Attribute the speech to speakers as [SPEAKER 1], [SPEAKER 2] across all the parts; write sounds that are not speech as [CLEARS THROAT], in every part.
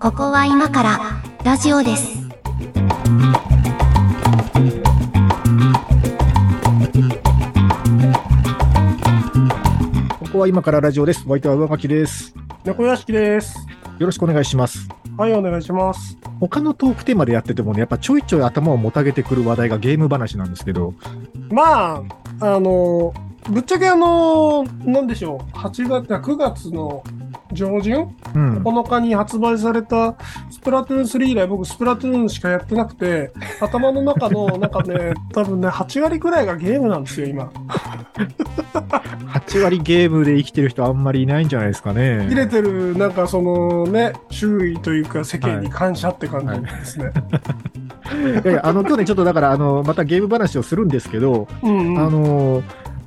[SPEAKER 1] ここは今からラジオです。
[SPEAKER 2] ここは今からラジオです。お相手は上書きです。
[SPEAKER 3] 猫屋敷です。
[SPEAKER 2] よろしくお願いします。
[SPEAKER 3] はい、お願いします。
[SPEAKER 2] 他のトークテーマでやっててもね、やっぱちょいちょい頭をもたげてくる話題がゲーム話なんですけど、
[SPEAKER 3] まあ、あの、ぶっちゃけあの、なんでしょう、8月、9月の上旬、
[SPEAKER 2] うん。
[SPEAKER 3] 9日に発売されたスプラトゥーン3以来、僕、スプラトゥーンしかやってなく [LAUGHS] て、頭の中の、なんかね、多分ね、8割くらいがゲームなんですよ、今。
[SPEAKER 2] 8割ゲームで生きてる人あんまりいないんじゃないですかね。
[SPEAKER 3] 切れてる、なんかそのね、周囲というか、世間に感謝って感じですね。
[SPEAKER 2] いやいや、あの、今日ね、ちょっとだから、あの、またゲーム話をするんですけど、
[SPEAKER 3] うん、うん。
[SPEAKER 2] あの、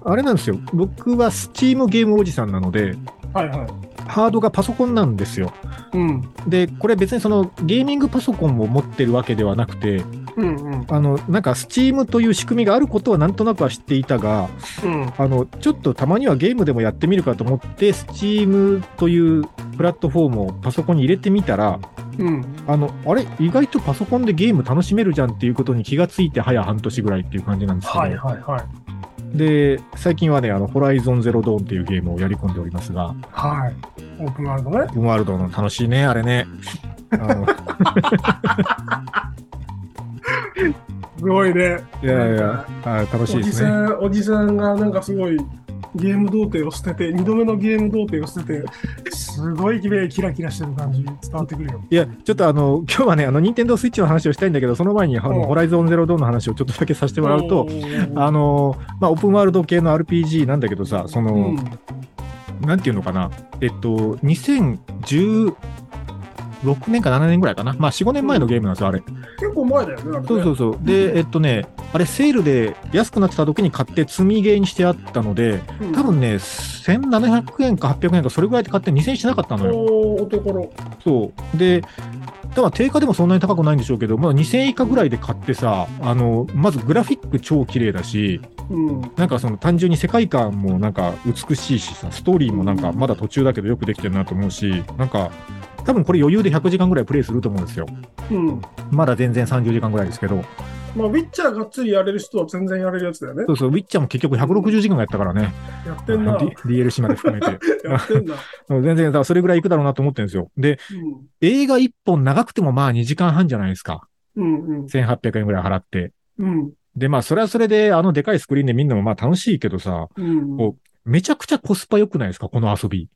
[SPEAKER 2] あれなんですよ。僕はスチームゲームおじさんなので、
[SPEAKER 3] はいはい。
[SPEAKER 2] ハードがパソコンなんですよ。
[SPEAKER 3] うん。
[SPEAKER 2] で、これ別にそのゲーミングパソコンを持ってるわけではなくて、
[SPEAKER 3] うんうん。
[SPEAKER 2] あの、なんかスチームという仕組みがあることはなんとなくは知っていたが、
[SPEAKER 3] うん。
[SPEAKER 2] あのちょっとたまにはゲームでもやってみるかと思って、Steam というプラットフォームをパソコンに入れてみたら、
[SPEAKER 3] うん。
[SPEAKER 2] あのあれ、意外とパソコンでゲーム楽しめるじゃんっていうことに気がついて、早半年ぐらいっていう感じなんですけど、
[SPEAKER 3] はいはいはい。
[SPEAKER 2] で最近はね、あのホライゾンゼロドーンっていうゲームをやり込んでおりますが、
[SPEAKER 3] はい。オープンワールドね。
[SPEAKER 2] オープンワールドの楽しいね、あれね。あ
[SPEAKER 3] [LAUGHS]
[SPEAKER 2] の
[SPEAKER 3] すごいね。
[SPEAKER 2] いやいや、あ楽しい
[SPEAKER 3] お
[SPEAKER 2] で
[SPEAKER 3] じ
[SPEAKER 2] す
[SPEAKER 3] さ
[SPEAKER 2] ね。
[SPEAKER 3] ん、おじさんがなんかすごいゲーム童貞を捨てて、2度目のゲーム童貞を捨てて、すごい目キラキラしてる感じ伝わってくるよ。
[SPEAKER 2] いや、ちょっとあの、今日はね、あの、任天堂スイッチの話をしたいんだけど、その前に、あの、
[SPEAKER 3] うん
[SPEAKER 2] ホライゾンゼロドーンの話をちょっとだけさせてもらうと、あ
[SPEAKER 3] の、
[SPEAKER 2] のーまあ、オープンワールド系の RPG なんだけどさ、その、
[SPEAKER 3] うん、
[SPEAKER 2] なんていうのかな、えっと、2016年か7年ぐらいかな、まあ、4、5年前のゲームなんですよ、あれ。
[SPEAKER 3] 結構前だよね、あれね
[SPEAKER 2] そうそうそう。で、えっとね、あれ、セールで安くなってた時に買って、積みゲーにしてあったので、
[SPEAKER 3] うん
[SPEAKER 2] 多分ね、1700円か800円か、それぐらいで買って2000円してなかったのよ。
[SPEAKER 3] おーおところ。
[SPEAKER 2] そう。で、多分定価でもそんなに高くないんでしょうけど、まあ、2000円以下ぐらいで買ってさ、あの、まずグラフィック超綺麗だし、
[SPEAKER 3] うん。
[SPEAKER 2] なんかその単純に世界観もなんか美しいしさ、ストーリーもなんかまだ途中だけどよくできてるなと思うし、なんか多分これ余裕で100時間ぐらいプレイすると思うんですよ。
[SPEAKER 3] うん。
[SPEAKER 2] まだ全然30時間ぐらいですけど。
[SPEAKER 3] まあ、ウィッチャーがっつりやれる人は全然やれるやつだよね
[SPEAKER 2] そ。うそう、ウィッチャーも結局160時間やったからね。
[SPEAKER 3] やってんな。や
[SPEAKER 2] D- DLC まで含めて。
[SPEAKER 3] ってんな。
[SPEAKER 2] 全然、だからそれぐらいいくだろうなと思ってるんですよ。で、
[SPEAKER 3] うん。
[SPEAKER 2] 映画1本長くてもまあ2時間半じゃないですか。
[SPEAKER 3] うん
[SPEAKER 2] 1800円ぐらい払って。
[SPEAKER 3] うん。
[SPEAKER 2] で、まあそれはそれであのでかいスクリーンで見るのもまあ楽しいけどさ、
[SPEAKER 3] うん。うん
[SPEAKER 2] お。めちゃくちゃコスパ良くないですかこの遊び。
[SPEAKER 3] い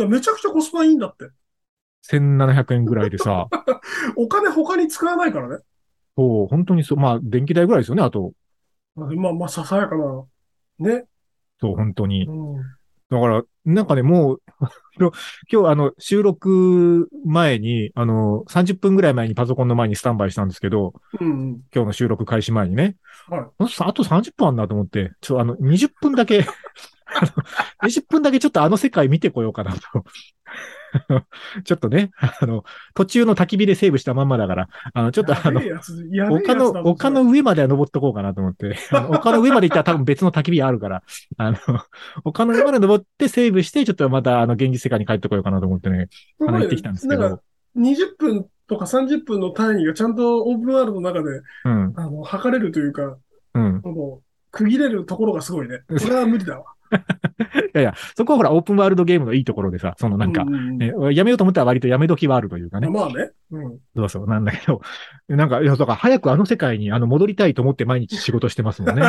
[SPEAKER 3] や、めちゃくちゃコスパいいんだって。
[SPEAKER 2] 1700円ぐらいでさ。
[SPEAKER 3] お金他に使わないからね。
[SPEAKER 2] そう、本当にそう。まあ、電気代ぐらいですよね、あと。
[SPEAKER 3] まあまあ、ささやかな。ね。
[SPEAKER 2] そう、本当に
[SPEAKER 3] う。ん。
[SPEAKER 2] だから、なんかね、もう、 [LAUGHS] あの今日、あの、収録前に、あの、30分ぐらい前にパソコンの前にスタンバイしたんですけど、
[SPEAKER 3] うん。
[SPEAKER 2] 今日の収録開始前にね。
[SPEAKER 3] はい
[SPEAKER 2] あとあと30分あんなと思って、ちょ、あの、20分だけ、 [LAUGHS] あの20分だけちょっとあの世界見てこようかなと。 [LAUGHS] あのちょっとね、あの、途中の焚き火でセーブしたまんまだから、あの、ちょっとあの
[SPEAKER 3] やべ、えやつ、やべえやつ
[SPEAKER 2] 丘
[SPEAKER 3] だ
[SPEAKER 2] の、
[SPEAKER 3] もん
[SPEAKER 2] 丘の。上までは登っとこうかなと思
[SPEAKER 3] [LAUGHS]
[SPEAKER 2] って。あの丘の上まで行ったら多分別の焚き火あるから。あの、 [LAUGHS] 丘の上まで登ってセーブして、ちょっとまたあの、現実世界に帰ってこようかなと思ってね、
[SPEAKER 3] そ
[SPEAKER 2] あ
[SPEAKER 3] れ
[SPEAKER 2] の、行ってきたんですけ
[SPEAKER 3] なんか
[SPEAKER 2] ど。
[SPEAKER 3] 20分とか30分の単位がちゃんとオープンワールドの中で、
[SPEAKER 2] うん、
[SPEAKER 3] あの、測れるというか、
[SPEAKER 2] うん。
[SPEAKER 3] もう、区切れるところがすごいね。これは無理だわ。
[SPEAKER 2] いやいや、そこはほら、オープンワールドゲームのいいところでさ、その [LAUGHS] なんか、
[SPEAKER 3] ううん
[SPEAKER 2] ねやめようと思ったら割とやめ時はあるというかね。
[SPEAKER 3] まあね。うん。
[SPEAKER 2] そうそう、なんだけど。 [LAUGHS] なんか、いや、だから早くあの世界にあの戻りたいと思って毎日仕事してますもんね。
[SPEAKER 3] [LAUGHS] [LAUGHS]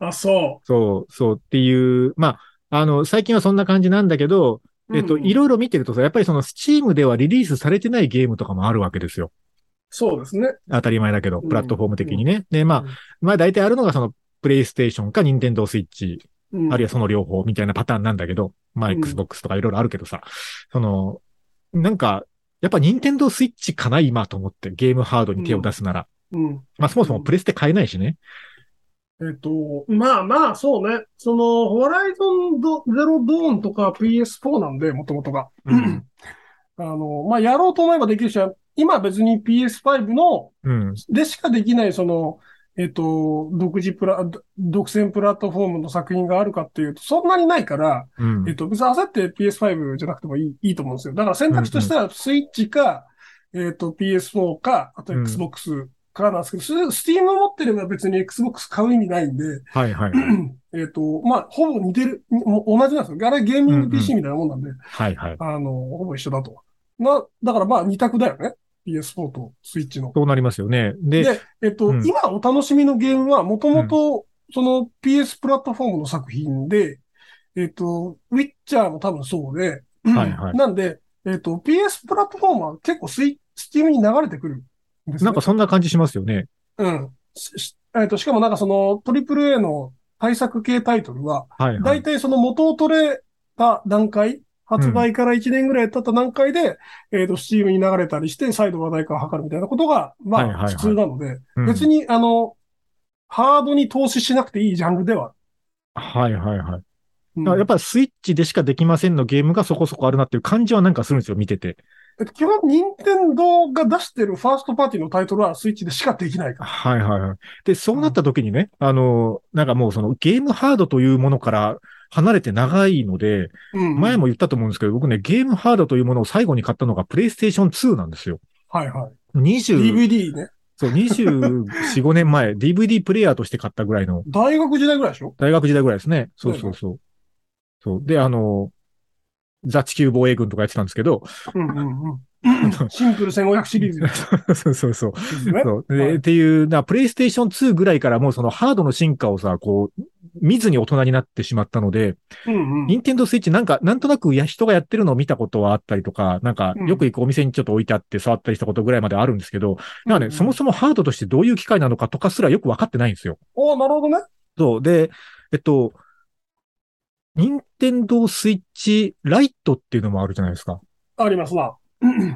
[SPEAKER 3] あ、そ
[SPEAKER 2] そう、そうっていう、まあ、あの、最近はそんな感じなんだけど、
[SPEAKER 3] う。
[SPEAKER 2] えっと、
[SPEAKER 3] うん
[SPEAKER 2] いろいろ見てるとさ、やっぱりそのスチームではリリースされてないゲームとかもあるわけですよ。
[SPEAKER 3] そうですね。
[SPEAKER 2] 当たり前だけど、
[SPEAKER 3] うん
[SPEAKER 2] プラットフォーム的にね。で、まあ、まあ大体あるのがその、プレイステーションか、ニンテンドースイッチ、
[SPEAKER 3] うん、
[SPEAKER 2] あるいは
[SPEAKER 3] と
[SPEAKER 2] その両方みたいなパターンなんだけど、まあ、
[SPEAKER 3] うん
[SPEAKER 2] Xbox とかいろいろあるけどさ、その、なんか、やっぱニンテンドースイッチかな、今と思って、ゲームハードに手を出すなら。
[SPEAKER 3] うん。
[SPEAKER 2] まあ、そもそもプレステ買えないしね。
[SPEAKER 3] えっと、まあまあ、そうね。その、ホライゾンドゼロドーンとか PS4 なんで、もともとが。
[SPEAKER 2] うん
[SPEAKER 3] あの、まあ、やろうと思えばできるし、今別に PS5 の、
[SPEAKER 2] うん。
[SPEAKER 3] でしかできない、その、えっと、独自プラ、独占プラットフォームの作品があるかっていうと、そんなにないから、
[SPEAKER 2] うん
[SPEAKER 3] えっと、別に焦って PS5 じゃなくてもいいいいと思うんですよ。だから選択肢としては、スイッチか、えっと、PS4 か、あと
[SPEAKER 2] うん
[SPEAKER 3] Xbox かなんですけど、スス Steam を持ってれば別に Xbox 買う意味ないんで、
[SPEAKER 2] はいはい。
[SPEAKER 3] えっと、まあ、ほぼ似てる、もう同じなんですよ。あれゲーミング PC みたいなもんなんで、
[SPEAKER 2] はいはい。
[SPEAKER 3] あの、ほぼ一緒だと。な、だからまあ、二択だよね。PS4 とスイッチの。
[SPEAKER 2] そうなりますよね。で、
[SPEAKER 3] で、えっと、
[SPEAKER 2] うん
[SPEAKER 3] 今お楽しみのゲームは、もともと、その PS プラットフォームの作品で、えっと、ウィッチャーも多分そうで、
[SPEAKER 2] はいはい
[SPEAKER 3] なんで、えっと、PS プラットフォームは結構スイスティームに流れてくるんですね
[SPEAKER 2] なんかそんな感じしますよね。
[SPEAKER 3] うん。ししえっと、しかもなんかその、AAA の対策系タイトルは、
[SPEAKER 2] はいは
[SPEAKER 3] 大
[SPEAKER 2] い。
[SPEAKER 3] 体その元を取れた段階、発売から1年ぐらい経った段階で、えっと、スチームに流れたりして、再度話題化を図るみたいなことが、ま
[SPEAKER 2] はいはい
[SPEAKER 3] あ、
[SPEAKER 2] はい
[SPEAKER 3] 普通なので、
[SPEAKER 2] うん
[SPEAKER 3] 別に、あの、ハードに投資しなくていいジャンルでは。
[SPEAKER 2] はいはいはい。
[SPEAKER 3] うん
[SPEAKER 2] だからやっぱスイッチでしかできませんのゲームがそこそこあるなっていう感じはなんかするんですよ、見てて。
[SPEAKER 3] えっと基本、任天堂が出してるファーストパーティーのタイトルはスイッチでしかできないから。
[SPEAKER 2] はいはいはい。で、そうなった時にね、あの、なんかもうそのゲームハードというものから離れて長いので、
[SPEAKER 3] うん
[SPEAKER 2] 前も言ったと思うんですけど、僕ね、ゲームハードというものを最後に買ったのがプレイステーション2なんですよ。
[SPEAKER 3] はいはい。
[SPEAKER 2] 20、
[SPEAKER 3] DVD ね。
[SPEAKER 2] そう、24、5年 [LAUGHS] 前、DVD プレイヤーとして買ったぐらいの、
[SPEAKER 3] 大学時代ぐらいでしょ
[SPEAKER 2] 大学時代ぐらいですね。そうそうそう。そう。で、あの、ザ・地球防衛軍とかやってたんですけど、 [LAUGHS]
[SPEAKER 3] うんうんうん。シンプル1500シリーズで
[SPEAKER 2] そうそうそう。
[SPEAKER 3] すね。
[SPEAKER 2] [LAUGHS] そう。
[SPEAKER 3] はい
[SPEAKER 2] で、っていう、な、プレイステーション2ぐらいからもうそのハードの進化をさ、こう、見ずに大人になってしまったので、
[SPEAKER 3] うんうん。
[SPEAKER 2] 任天堂スイッチなんか、なんとなくや人がやってるのを見たことはあったりとか、なんか
[SPEAKER 3] うん、
[SPEAKER 2] よく行くお店にちょっと置いてあって触ったりしたことぐらいまではあるんですけど、なんかね、そもそもハードとしてどういう機械なのかとかすらよくわかってないんですよ。
[SPEAKER 3] おーなるほどね。
[SPEAKER 2] そう。で、えっと、任天堂スイッチライトっていうのもあるじゃないですか。
[SPEAKER 3] ありますな。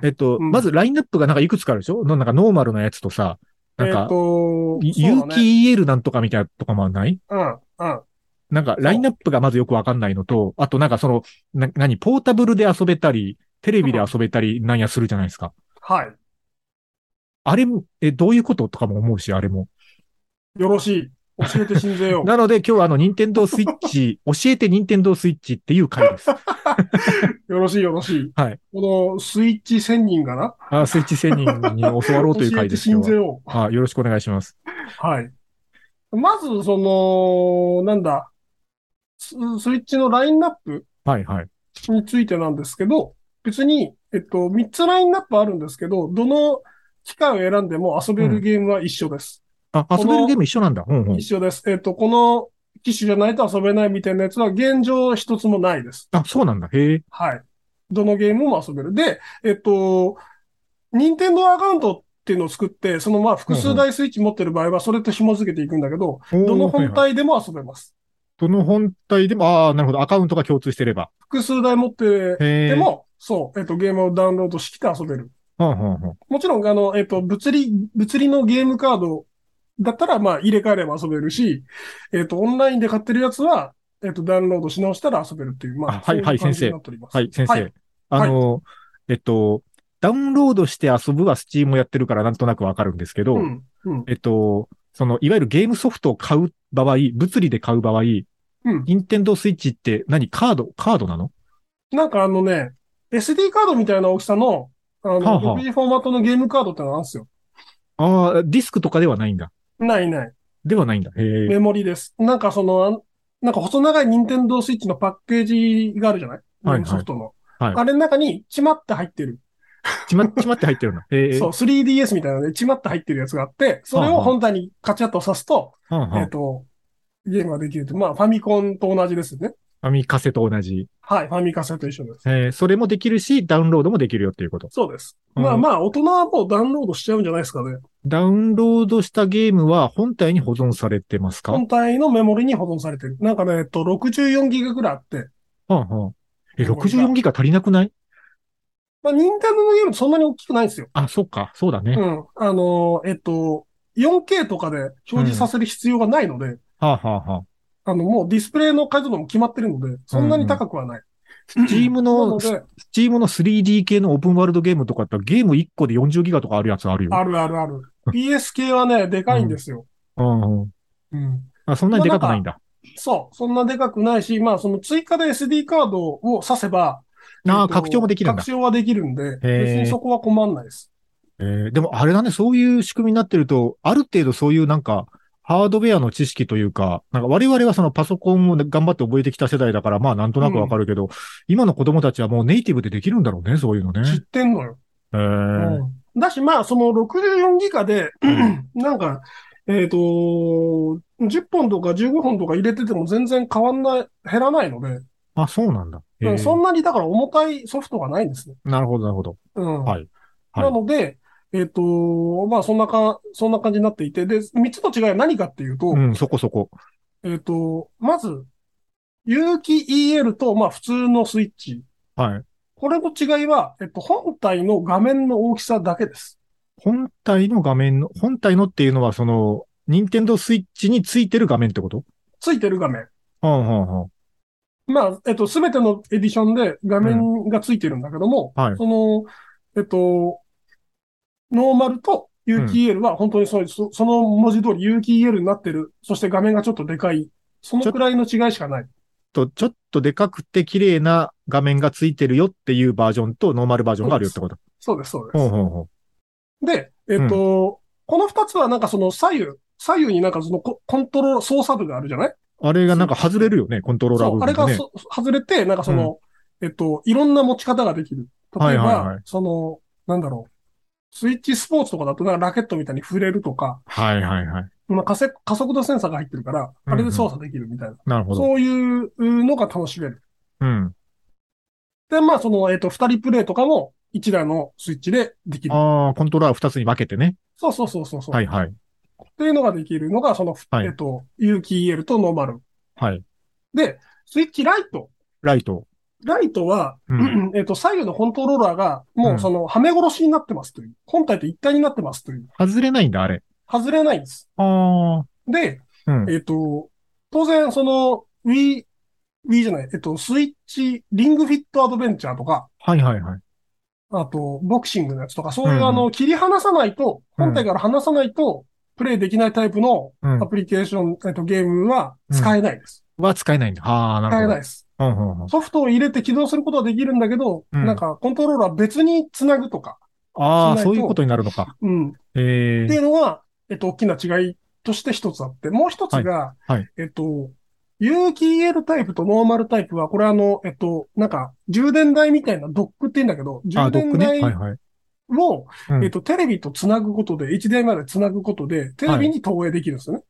[SPEAKER 2] えっと、
[SPEAKER 3] うん
[SPEAKER 2] まずラインナップがなんかいくつかあるでしょなんかノーマルなやつとさ、
[SPEAKER 3] え
[SPEAKER 2] な
[SPEAKER 3] っ
[SPEAKER 2] んか、
[SPEAKER 3] と、
[SPEAKER 2] 有
[SPEAKER 3] そうだね
[SPEAKER 2] 機 EL なんとかみたいなとかもない
[SPEAKER 3] うん、うん。
[SPEAKER 2] なんか、ラインナップがまずよくわかんないのと、あとなんかその、な、何、ポータブルで遊べたり、テレビで遊べたり、なんやするじゃないですか。
[SPEAKER 3] は
[SPEAKER 2] あれも、え、どういうこととかも思うし、あれも。
[SPEAKER 3] い。よろしい。教えて信ぜよ
[SPEAKER 2] [LAUGHS] なので、今日はあの、任天堂スイッチ、教えて任天堂スイッチっていう回です。
[SPEAKER 3] う。よろしい、よろしい。
[SPEAKER 2] はい。
[SPEAKER 3] この、スイッチ1000人がな。
[SPEAKER 2] あスイッチ仙人に教わろうという
[SPEAKER 3] 教え
[SPEAKER 2] 回
[SPEAKER 3] て
[SPEAKER 2] です。
[SPEAKER 3] 信
[SPEAKER 2] 今
[SPEAKER 3] ぜ
[SPEAKER 2] 日
[SPEAKER 3] よ
[SPEAKER 2] はあよろしくお願いします。
[SPEAKER 3] う。はい。まず、その、なんだ、ススイッチのラインナップ
[SPEAKER 2] はいはい。
[SPEAKER 3] についてなんですけど、別に、えっと、3つラインナップあるんですけど、どの機械を選んでも遊べるゲームは一緒です。
[SPEAKER 2] あ、
[SPEAKER 3] の
[SPEAKER 2] 遊べるゲーム一緒なんだ。うんうん。
[SPEAKER 3] 一緒です。えっ、と、この機種じゃないと遊べないみたいなやつは現状一つもないです。
[SPEAKER 2] あ、そうなんだ。へえ。
[SPEAKER 3] はい。どのゲームも遊べる。で、えっ、と、任天堂アカウントっていうのを作って、そのまあ複数台スイッチ持ってる場合はそれと紐付けていくんだけど、どの
[SPEAKER 2] はい
[SPEAKER 3] 本
[SPEAKER 2] はい
[SPEAKER 3] 体でも遊べます。
[SPEAKER 2] どの本体でも、ああ、なるほど。アカウントが共通してれば。
[SPEAKER 3] 複数台持って
[SPEAKER 2] へえ。
[SPEAKER 3] ても、そう、えっ、と、ゲームをダウンロードしてきて遊べる。
[SPEAKER 2] はあ、はあはあ、
[SPEAKER 3] もちろん、あの、えっ、と、物理、物理のゲームカードだったら、まあ、入れ替えれば遊べるし、えっ、と、オンラインで買ってるやつは、えっ、と、ダウンロードし直したら遊べるっていう、まあ
[SPEAKER 2] あ、はいはい
[SPEAKER 3] そうう
[SPEAKER 2] 先
[SPEAKER 3] 感じ
[SPEAKER 2] 生
[SPEAKER 3] になっております。
[SPEAKER 2] はい、先生。
[SPEAKER 3] はい
[SPEAKER 2] あの、えっと、ダウンロードして遊ぶは Steam をやってるからなんとなくわかるんですけど、
[SPEAKER 3] うん。うん。
[SPEAKER 2] えっと、その、いわゆるゲームソフトを買う場合、物理で買う場合、
[SPEAKER 3] うん。
[SPEAKER 2] 任天堂スイッチって何カードカードなの
[SPEAKER 3] なんかあのね、SD カードみたいな大きさの、あの、
[SPEAKER 2] はあはあ
[SPEAKER 3] 6G フォーマットのゲームカードってのがあるんですよ。
[SPEAKER 2] ああ、ディスクとかではないんだ。
[SPEAKER 3] ないない。
[SPEAKER 2] ではないんだ。へえ。
[SPEAKER 3] メモリです。なんかその、あんなんか細長い任天堂スイッチのパッケージがあるじゃない
[SPEAKER 2] はいはい
[SPEAKER 3] ソフトの。
[SPEAKER 2] はい
[SPEAKER 3] あれの中に、ちまって入ってる。
[SPEAKER 2] ちま、 [LAUGHS] ちまって入ってるな。へえ。
[SPEAKER 3] そう、3DS みたいなね、ちまって入ってるやつがあって、それ
[SPEAKER 2] はあ
[SPEAKER 3] を
[SPEAKER 2] はあ
[SPEAKER 3] 本体にカチャッと刺すと、
[SPEAKER 2] はんは
[SPEAKER 3] え
[SPEAKER 2] ん
[SPEAKER 3] っと、ゲームができると。まあ、ファミコンと同じですよね。
[SPEAKER 2] ファミカセと同じ。
[SPEAKER 3] はい、ファミカセと一緒です。
[SPEAKER 2] えー、それもできるし、ダウンロードもできるよっていうこと。
[SPEAKER 3] そうです。
[SPEAKER 2] うん
[SPEAKER 3] まあまあ、大人はもうダウンロードしちゃうんじゃないですかね。
[SPEAKER 2] ダウンロードしたゲームは本体に保存されてますか、
[SPEAKER 3] 本体のメモリに保存されてる。なんかね、えっと、64ギガぐらいあって、
[SPEAKER 2] はんはん。え、64ギガ足りなくない
[SPEAKER 3] まあ、任天堂のゲームそんなに大きくないんですよ。
[SPEAKER 2] あ、そっか。そうだね。
[SPEAKER 3] う
[SPEAKER 2] は
[SPEAKER 3] ん。あのー、えっと、4K とかで表示させる必要がないので、
[SPEAKER 2] あ、はあはあ、
[SPEAKER 3] あの、もうディスプレイの解像度も決まってるので、そんなに高くはない。
[SPEAKER 2] チーム
[SPEAKER 3] なの
[SPEAKER 2] の、ス
[SPEAKER 3] で、
[SPEAKER 2] チームの 3D 系のオープンワールドゲームとかってゲーム1個で40ギガとかあるやつあるよ。
[SPEAKER 3] あるあるある。PS 系はね、でかいんですよ。
[SPEAKER 2] うんうん。
[SPEAKER 3] うん。
[SPEAKER 2] あ、そんなにでかくないんだ。
[SPEAKER 3] そう。そんなでかくないし、まあ、その追加で SD カードを挿せば、
[SPEAKER 2] あ
[SPEAKER 3] え
[SPEAKER 2] あ、
[SPEAKER 3] っと
[SPEAKER 2] 拡張もできるんだ
[SPEAKER 3] 拡。張はできるんで、別にそこは困んないです。
[SPEAKER 2] えーでもあれだね、そういう仕組みになってると、ある程度そういうなんか、ハードウェアの知識というか、なんか我々はそのパソコンをね頑張って覚えてきた世代だから、まあなんとなくわかるけど、今の子供たちはもうネイティブでできるんだろうね、そういうのね。
[SPEAKER 3] 知ってんのよ。
[SPEAKER 2] えー、
[SPEAKER 3] うんだし、まあ、その64ギガで、なんか、えっ、と10本とか15本とか入れてても全然変わんない、減らないので、
[SPEAKER 2] あ、そうなんだ。え
[SPEAKER 3] う
[SPEAKER 2] ー
[SPEAKER 3] んそんなにだから重たいソフトがないんですね。
[SPEAKER 2] なるほど、なるほど。
[SPEAKER 3] うん。
[SPEAKER 2] はいはい
[SPEAKER 3] なので、えっ、とまあ、そんなか、そんな感じになっていて、で、3つの違いは何かっていうと、
[SPEAKER 2] うん、そこそこ。
[SPEAKER 3] えっ、と、まず、有機 EL と、まあ、普通のスイッチ。
[SPEAKER 2] はい。
[SPEAKER 3] これの違いは、えっと、本体の画面の大きさだけです。
[SPEAKER 2] 本体の画面の、本体のっていうのはその、任天堂スイッチについてる画面ってこと
[SPEAKER 3] ついてる画面。
[SPEAKER 2] はんはんはん。
[SPEAKER 3] まあ、えっと、すべてのエディションで画面がついてるんだけども、
[SPEAKER 2] はい
[SPEAKER 3] その、えっと、ノーマルと UKEL は本当にそうです、そその文字通り UKEL になってる。そして画面がちょっとでかい。そのくらいの違いしかない。
[SPEAKER 2] と、ちょっとでかくて綺麗な画面がついてるよっていうバージョンとノーマルバージョンがあるよってこと。
[SPEAKER 3] そうです、そうで
[SPEAKER 2] ほう
[SPEAKER 3] す。
[SPEAKER 2] ほうほう。
[SPEAKER 3] で、えっと、この二つはなんかその左右、左右になんかそのココントロール、操作部があるじゃない
[SPEAKER 2] あれがなんか外れるよね、コントローラー
[SPEAKER 3] そ
[SPEAKER 2] 部
[SPEAKER 3] う、
[SPEAKER 2] 分
[SPEAKER 3] あれ
[SPEAKER 2] が
[SPEAKER 3] が
[SPEAKER 2] ね。
[SPEAKER 3] そ外れて、なんかその、えっと、いろんな持ち方ができる。
[SPEAKER 2] は
[SPEAKER 3] 例えば、
[SPEAKER 2] いはいはい
[SPEAKER 3] その、なんだろう。スイッチスポーツとかだと、なんかラケットみたいに触れるとか、
[SPEAKER 2] はいはいはい。
[SPEAKER 3] まあ、加速加速度センサーが入ってるから、
[SPEAKER 2] うんうん
[SPEAKER 3] あれで操作できるみたいな。
[SPEAKER 2] なるほど。
[SPEAKER 3] そういうのが楽しめる。
[SPEAKER 2] うん。
[SPEAKER 3] で、まあ、その、えっと、二人プレイとかも、一台のスイッチでできる。
[SPEAKER 2] ああ、コントローラー二つに分けてね。
[SPEAKER 3] そうそうそうそうそう。
[SPEAKER 2] はいはい。
[SPEAKER 3] っていうのができるのが、その、
[SPEAKER 2] はい
[SPEAKER 3] えっと、有機 EL とノーマル。
[SPEAKER 2] はい。
[SPEAKER 3] で、スイッチライト。
[SPEAKER 2] ライト。
[SPEAKER 3] ライトは、
[SPEAKER 2] う
[SPEAKER 3] [CLEARS THROAT] えっと、左右のコントローラーが、
[SPEAKER 2] う
[SPEAKER 3] も
[SPEAKER 2] ん
[SPEAKER 3] うその、はめ殺しになってますという。本体と一体になってますという。
[SPEAKER 2] 外れないんだ、あれ。
[SPEAKER 3] 外れないんです。
[SPEAKER 2] ああ。
[SPEAKER 3] で、
[SPEAKER 2] うん。
[SPEAKER 3] えっと、当然、その、Wii、Wii じゃない、えっと、スイッチ、リングフィットアドベンチャーとか、
[SPEAKER 2] はいはいはい。
[SPEAKER 3] あと、ボクシングのやつとか、そういう、
[SPEAKER 2] うん
[SPEAKER 3] あの、切り離さないと、
[SPEAKER 2] うん
[SPEAKER 3] 本体から離さないと、プレイできないタイプの
[SPEAKER 2] うん
[SPEAKER 3] ア。プリケーション、えっと、ゲームは使えないです。
[SPEAKER 2] は使えないんだ。ああ、な
[SPEAKER 3] 使え
[SPEAKER 2] るほ
[SPEAKER 3] ない
[SPEAKER 2] ど。
[SPEAKER 3] です。
[SPEAKER 2] うんうんうん。
[SPEAKER 3] ソフトを入れて起動することはできるんだけど、
[SPEAKER 2] うん
[SPEAKER 3] なんか、コントローラー別に繋ぐとか、
[SPEAKER 2] ああ、
[SPEAKER 3] しないと
[SPEAKER 2] そういうことになるのか。
[SPEAKER 3] うん、
[SPEAKER 2] え
[SPEAKER 3] ってい
[SPEAKER 2] え。
[SPEAKER 3] うのが、えっと、大きな違いとして一つあって、もう一つが、
[SPEAKER 2] はいはい
[SPEAKER 3] えっと、有機 EL タイプとノーマルタイプは、これあの、えっと、なんか、充電台みたいなドックって言うんだけど、
[SPEAKER 2] あ
[SPEAKER 3] 充
[SPEAKER 2] あ、ドッ
[SPEAKER 3] 電
[SPEAKER 2] クね。はい
[SPEAKER 3] 台
[SPEAKER 2] はい。
[SPEAKER 3] を、
[SPEAKER 2] うん
[SPEAKER 3] えっと、テレビとつなぐことで、1台までつなぐことで、テレビに投影できるんですよね。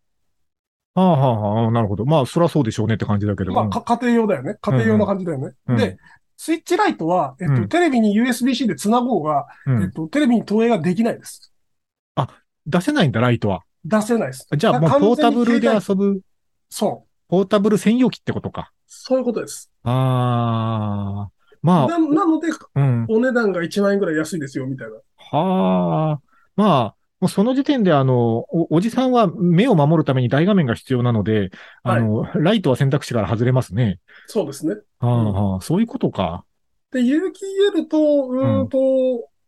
[SPEAKER 2] はあはあはあ、なるほど。まあ、そりゃそうでしょうねって感じだけど。
[SPEAKER 3] まあ、か家庭用だよね。家庭用の感じだよね。
[SPEAKER 2] うん
[SPEAKER 3] で、スイッチライトは、えっと、
[SPEAKER 2] うん
[SPEAKER 3] テレビに USB-C でつなごうが、
[SPEAKER 2] うんう
[SPEAKER 3] えっ
[SPEAKER 2] ん
[SPEAKER 3] と、テレビに投影ができないです。
[SPEAKER 2] 出せないんだ、ライトは。
[SPEAKER 3] 出せないです。
[SPEAKER 2] じゃあ、もう
[SPEAKER 3] 完全
[SPEAKER 2] ポ
[SPEAKER 3] に
[SPEAKER 2] ータブルで
[SPEAKER 3] 携帯
[SPEAKER 2] 遊ぶ、
[SPEAKER 3] そう。
[SPEAKER 2] ポータブル専用機ってことか。
[SPEAKER 3] そういうことです。
[SPEAKER 2] ああ。ま
[SPEAKER 3] ななので、
[SPEAKER 2] あ、うん。
[SPEAKER 3] お値段が1万円ぐらい安いですよ、みたいな。
[SPEAKER 2] はあ。まあ、もうその時点で、あの、お、おじさんは目を守るために大画面が必要なので、あの、ライトは選択肢から外れますね。
[SPEAKER 3] そうですね。
[SPEAKER 2] ああ、そういうことか。
[SPEAKER 3] で、有機 EL と、うーんと、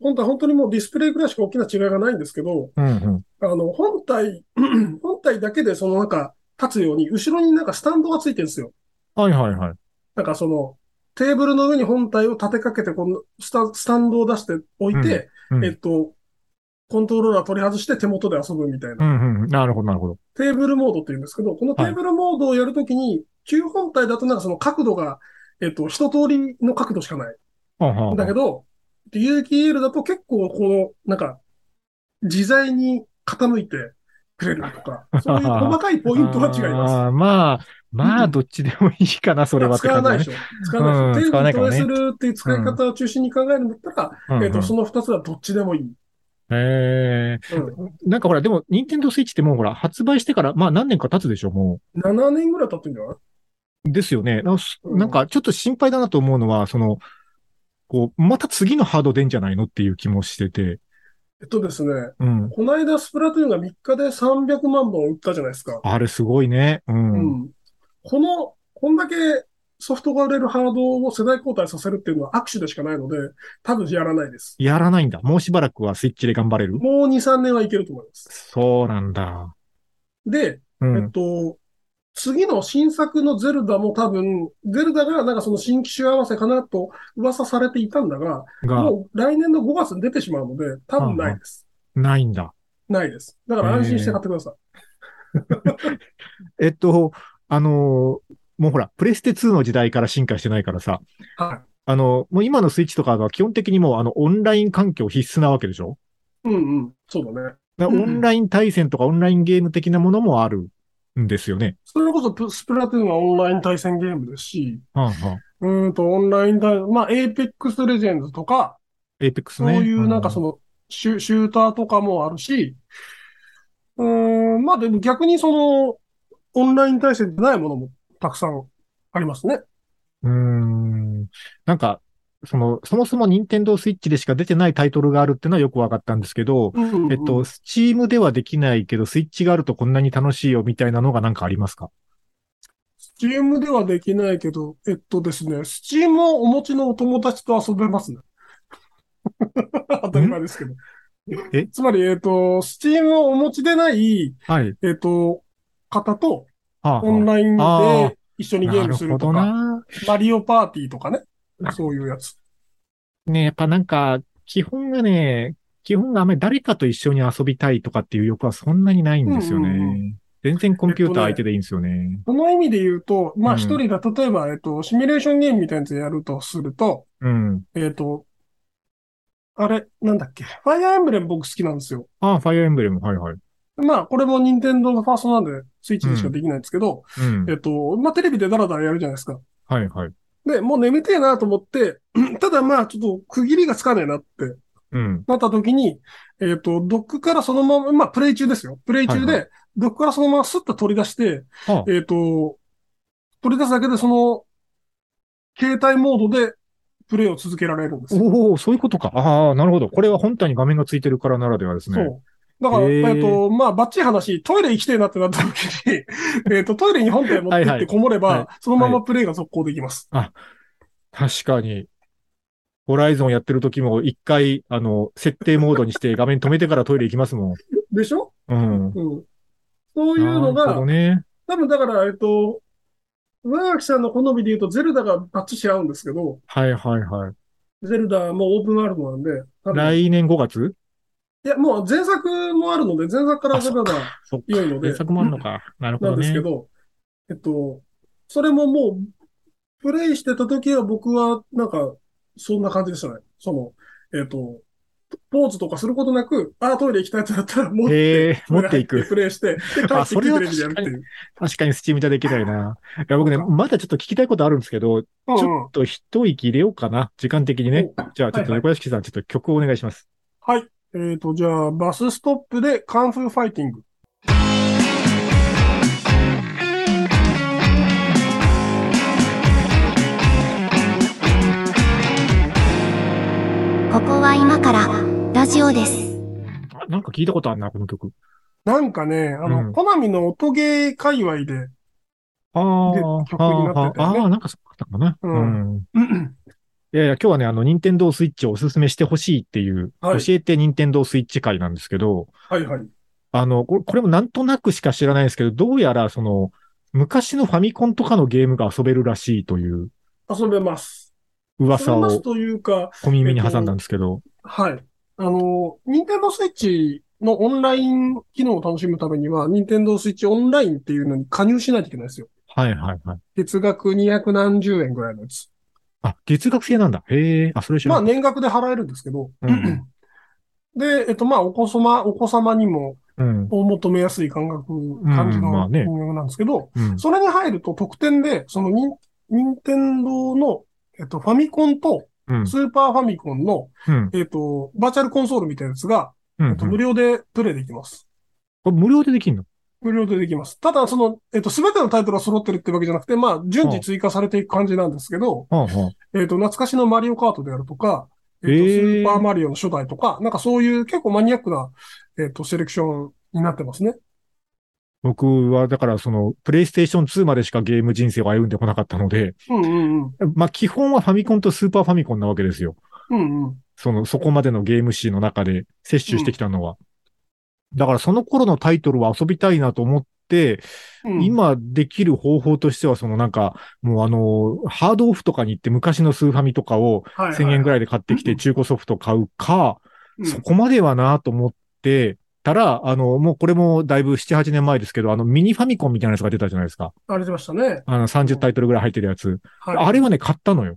[SPEAKER 3] 本体、本当にもうディスプレイぐらいしか大きな違いがないんですけど、
[SPEAKER 2] うんうん。
[SPEAKER 3] あの、本体、 [CLEARS THROAT] 本体だけでそのなんか、立つように、後ろになんかスタンドがついてるんですよ。
[SPEAKER 2] はいはいはい。
[SPEAKER 3] なんかその、テーブルの上に本体を立てかけて、このスタ、スタンドを出しておいて、
[SPEAKER 2] うんうん
[SPEAKER 3] えっと、コントローラー取り外して手元で遊ぶみたいな。
[SPEAKER 2] うんうん。なるほどなるほど。
[SPEAKER 3] テーブルモードって言うんですけど、このテーブルモードをやるときに、旧本体だとなんかその角度が、えっと、一通りの角度しかない。
[SPEAKER 2] はあはあ
[SPEAKER 3] だけど、有機 EL だと結構この、なんか、自在に傾いてくれる
[SPEAKER 2] [LAUGHS]
[SPEAKER 3] とか、そういう細かいポイントは違います。
[SPEAKER 2] ああまあ、ま
[SPEAKER 3] う
[SPEAKER 2] あ、
[SPEAKER 3] ん
[SPEAKER 2] どっちでもいいかな、それはって
[SPEAKER 3] 使わ
[SPEAKER 2] 感じだ
[SPEAKER 3] ないで
[SPEAKER 2] ね
[SPEAKER 3] しょ。使わないで
[SPEAKER 2] うん
[SPEAKER 3] しょ。
[SPEAKER 2] 使わない
[SPEAKER 3] テ
[SPEAKER 2] か
[SPEAKER 3] ー
[SPEAKER 2] ら
[SPEAKER 3] ブル
[SPEAKER 2] ね
[SPEAKER 3] に投影するっていう使い方を中心に考えるんだったら、
[SPEAKER 2] うんう
[SPEAKER 3] えっと、そ
[SPEAKER 2] ん。
[SPEAKER 3] の二つはどっちでもいい。
[SPEAKER 2] へえ。
[SPEAKER 3] うん
[SPEAKER 2] なんかほら、でも、任天堂スイッチってもうほら、発売してから、まあ何年か経つでしょ、もう。
[SPEAKER 3] 7年ぐらい経ってんじゃない
[SPEAKER 2] ですよね。なす
[SPEAKER 3] うん
[SPEAKER 2] なんか、ちょっと心配だなと思うのは、その、こう、また次のハード出んじゃないのっていう気もしてて。
[SPEAKER 3] えっとですね、
[SPEAKER 2] うん。
[SPEAKER 3] この間スプラトゥーンが3日で300万本売ったじゃないですか。
[SPEAKER 2] あれすごいね。うん。
[SPEAKER 3] うんこの、こんだけソフトが売れるハードを世代交代させるっていうのは握手でしかないので、多分やらないです。
[SPEAKER 2] やらないんだ。もうしばらくはスイッチで頑張れる
[SPEAKER 3] もう2、3年はいけると思います。
[SPEAKER 2] そうなんだ。
[SPEAKER 3] で、
[SPEAKER 2] う
[SPEAKER 3] えっ
[SPEAKER 2] ん。
[SPEAKER 3] と、次の新作のゼルダも多分、ゼルダがなんかその新機種合わせかなと噂されていたんだが、
[SPEAKER 2] が、
[SPEAKER 3] もう来年の5月に出てしまうので、多分ないです。
[SPEAKER 2] ないんだ。
[SPEAKER 3] ないです。だから安心して買ってください。
[SPEAKER 2] えっと、あのーもうほら、プレステ2の時代から進化してないからさ、
[SPEAKER 3] は
[SPEAKER 2] あの、もう今のスイッチとかは基本的にもうあの、オンライン環境必須なわけでしょ
[SPEAKER 3] い。うんうん。そうだね。
[SPEAKER 2] だから
[SPEAKER 3] うん
[SPEAKER 2] オンライン対戦とかオンラインゲーム的なものもあるんですよね。
[SPEAKER 3] それこそプスプラトゥーンはオンライン対戦ゲームですし、
[SPEAKER 2] はんはん。
[SPEAKER 3] うーんと、オンライン対、まあ、エイペックスレジェンズとか、
[SPEAKER 2] エイペックス
[SPEAKER 3] そう
[SPEAKER 2] ね。
[SPEAKER 3] いうなんかそ
[SPEAKER 2] の、
[SPEAKER 3] のシュ、シューターとかもあるし、うーん、まあでも逆にその、オンライン対戦でないものもたくさんありますね。
[SPEAKER 2] うーん。なんか、その、そもそも任天堂スイッチでしか出てないタイトルがあるってのはよくわかったんですけど、
[SPEAKER 3] うんうんうん
[SPEAKER 2] えっと、スチームではできないけど、スイッチがあるとこんなに楽しいよみたいなのがなんかありますか
[SPEAKER 3] スチームではできないけど、えっとですね、スチームをお持ちのお友達と遊べますね。 [LAUGHS] 当たり前ですけど。
[SPEAKER 2] え
[SPEAKER 3] つまり、えっと、スチームをお持ちでない、
[SPEAKER 2] はい。
[SPEAKER 3] えっと、方と
[SPEAKER 2] はあ、
[SPEAKER 3] オン
[SPEAKER 2] は
[SPEAKER 3] ライン
[SPEAKER 2] あー
[SPEAKER 3] で一緒にゲームすると
[SPEAKER 2] なる
[SPEAKER 3] か、
[SPEAKER 2] ほどな。
[SPEAKER 3] マリオパーティーとかね、そういうやつ。
[SPEAKER 2] ねやっぱなんか、基本がね、基本があんまり誰かと一緒に遊びたいとかっていう欲はそんなにないんですよね。
[SPEAKER 3] うんうんう
[SPEAKER 2] 全然コンピューター相手でいいんですよね。
[SPEAKER 3] その意味で言うと、ま
[SPEAKER 2] う
[SPEAKER 3] あ
[SPEAKER 2] ん
[SPEAKER 3] 一人だ、例えば、えっと、シミュレーションゲームみたいなやつやるとすると、
[SPEAKER 2] うん。
[SPEAKER 3] えっと、あれ、なんだっけ、ファイアーエンブレム僕好きなんですよ。
[SPEAKER 2] ああ、ファイアーエンブレム、はいはい。
[SPEAKER 3] まあ、これも任天堂のファーストなんで、スイッチでしかできないんですけど、
[SPEAKER 2] うん。
[SPEAKER 3] えっと、まあ、テレビでダラダラやるじゃないですか。
[SPEAKER 2] はいはい。
[SPEAKER 3] で、もう眠てえなと思って、 [CLEARS THROAT] ただまあ、ちょっと区切りがつかねえなって
[SPEAKER 2] うん。
[SPEAKER 3] なった時に、えっ、と、ドックからそのまま、まあ、プレイ中ですよ。プレイ中
[SPEAKER 2] は
[SPEAKER 3] で、ドックからそのままスッと取り出して、
[SPEAKER 2] はあ
[SPEAKER 3] えっ、と、取り出すだけでその、携帯モードでプレイを続けられるんですよ。
[SPEAKER 2] おお、そういうことか。ああ、なるほど。これは本体に画面がついてるからならではですね。
[SPEAKER 3] そう。だから、
[SPEAKER 2] へー
[SPEAKER 3] えっ、と、まあ、ばっちり話、トイレ行きてえなってなった時に、 [LAUGHS] えっと、トイレに本体持って
[SPEAKER 2] は
[SPEAKER 3] っ
[SPEAKER 2] いは
[SPEAKER 3] て
[SPEAKER 2] い
[SPEAKER 3] こもれば、
[SPEAKER 2] はい
[SPEAKER 3] そのままプレイが続行できます。
[SPEAKER 2] 確かに。ホライゾンやってる時も一回、あの、設定モードにして画面止めてからトイレ行きますもん。
[SPEAKER 3] でしょ
[SPEAKER 2] うん。
[SPEAKER 3] うん。そういうの
[SPEAKER 2] なるほ
[SPEAKER 3] が
[SPEAKER 2] ど、ね。
[SPEAKER 3] 多分だから、えっ、と、上垣さんの好みで言うと、ゼルダがバッチし合うんですけど、
[SPEAKER 2] はいはいはい。
[SPEAKER 3] ゼルダもオープンワールドなんで、多分
[SPEAKER 2] 来年5月
[SPEAKER 3] いや、もう前作もあるので、前作からゼルダが
[SPEAKER 2] そっか。
[SPEAKER 3] 良いので
[SPEAKER 2] 原、作もあるのか。なるほ
[SPEAKER 3] な
[SPEAKER 2] ど
[SPEAKER 3] んです
[SPEAKER 2] ね
[SPEAKER 3] け。ど、えっと、それももう、プレイしてた時は僕は、なんか、そんな感じでしたね。その、えっと、ポーズとかすることなく、ああ、トイレ行きたいってなったら、持って、
[SPEAKER 2] へえ、持っていく。
[SPEAKER 3] プレイして、で、帰
[SPEAKER 2] あ
[SPEAKER 3] って
[SPEAKER 2] そ
[SPEAKER 3] きて
[SPEAKER 2] れ
[SPEAKER 3] テ
[SPEAKER 2] は
[SPEAKER 3] レビでやるっていう。
[SPEAKER 2] 確かにスチームじゃできないな。いや、僕ね、まだちょっと聞きたいことあるんですけど、ち
[SPEAKER 3] うんうん
[SPEAKER 2] ょっと一息入れようかな。時間的にね。じゃあ、ちょっ
[SPEAKER 3] はい
[SPEAKER 2] と
[SPEAKER 3] はい
[SPEAKER 2] 猫屋敷さん、ちょっと曲をお願いします。
[SPEAKER 3] はい。えっ、と、じゃあ、バスストップでカンフーファイティング。
[SPEAKER 1] ここは今からラジオです。
[SPEAKER 2] あなんか聞いたことあるな、この曲。
[SPEAKER 3] なんかね、あの、
[SPEAKER 2] うん
[SPEAKER 3] コナミの音ゲー界隈で、
[SPEAKER 2] あ
[SPEAKER 3] で
[SPEAKER 2] あ、
[SPEAKER 3] 曲になってたよね
[SPEAKER 2] ああ、なんかそうだったかな。
[SPEAKER 3] うん
[SPEAKER 2] うんいやいや、今日はね、あの、任天堂スイッチをおすすめしてほしいっていう、
[SPEAKER 3] はい
[SPEAKER 2] 教えて任天堂スイッチ会なんですけど、
[SPEAKER 3] はいはい。
[SPEAKER 2] あの、これこれもなんとなくしか知らないんですけど、どうやら、その、昔のファミコンとかのゲームが遊べるらしいという
[SPEAKER 3] 遊べます。遊べ
[SPEAKER 2] 噂
[SPEAKER 3] ます
[SPEAKER 2] を
[SPEAKER 3] というか、
[SPEAKER 2] 小耳に挟んだんですけど、
[SPEAKER 3] はい。あの、任天堂スイッチのオンライン機能を楽しむためには、任天堂スイッチオンラインっていうのに加入しないといけないですよ。
[SPEAKER 2] はいはいはい。
[SPEAKER 3] 月額2何十円ぐらいのやつ。
[SPEAKER 2] あ、月額制なんだ。へえ、あ、それ知ら
[SPEAKER 3] まあ、
[SPEAKER 2] なかっ
[SPEAKER 3] 年額で払えるんですけど。
[SPEAKER 2] うん
[SPEAKER 3] [CLEARS THROAT] で、えっと、まあ、お子様、お子様にも、
[SPEAKER 2] た。うん。
[SPEAKER 3] お求めやすい感覚、感じ
[SPEAKER 2] うんまあ
[SPEAKER 3] の
[SPEAKER 2] ね
[SPEAKER 3] 金額なんですけど、
[SPEAKER 2] うん。
[SPEAKER 3] それに入ると特典で、そのニン、ニンテンドーの、えっと、ファミコンと
[SPEAKER 2] うん。
[SPEAKER 3] スーパーファミコンの、
[SPEAKER 2] うん。
[SPEAKER 3] えっと、バーチャルコンソールみたいなやつが、
[SPEAKER 2] う
[SPEAKER 3] え
[SPEAKER 2] ん
[SPEAKER 3] っと、無料でプレイできます。
[SPEAKER 2] これ無料でできるの
[SPEAKER 3] 無料でできます。ただ、その、えっと、すべてのタイトルが揃ってるってわけじゃなくて、まあ、順次追加されていく感じなんですけど、
[SPEAKER 2] はあは
[SPEAKER 3] えっと、懐かしのマリオカートであるとか、えっと、
[SPEAKER 2] へ
[SPEAKER 3] ス
[SPEAKER 2] ー
[SPEAKER 3] ーパーマリオの初代とか、なんかそういう結構マニアックな、えっと、セレクションになってますね。
[SPEAKER 2] 僕は、だから、その、プレイステーション2までしかゲーム人生を歩んでこなかったので、
[SPEAKER 3] うんうんうん。
[SPEAKER 2] まあ、基本はファミコンとスーパーファミコンなわけですよ。
[SPEAKER 3] うんうん。
[SPEAKER 2] その、そこまでのゲーム史の中で摂取してきたのは。だから、その頃のタイトルは遊びたいなと思っって、
[SPEAKER 3] うん、
[SPEAKER 2] 今できる方法としては、そのなんか、もうあの、ハードオフとかに行って昔のスーファミとかを1000円ぐ
[SPEAKER 3] ら
[SPEAKER 2] ら
[SPEAKER 3] い
[SPEAKER 2] いで買ってきて中古ソフト買うか、
[SPEAKER 3] うん
[SPEAKER 2] そこまではなと思ってたら、あの、もうこれもだいぶ7、8年前ですけど、あの、ミニファミコンみたいなやつが出たじゃないですか。
[SPEAKER 3] あれ出ましたね。
[SPEAKER 2] あの、30タイトルぐらい入ってるやつ。
[SPEAKER 3] はい、
[SPEAKER 2] あれはね、買ったのよ。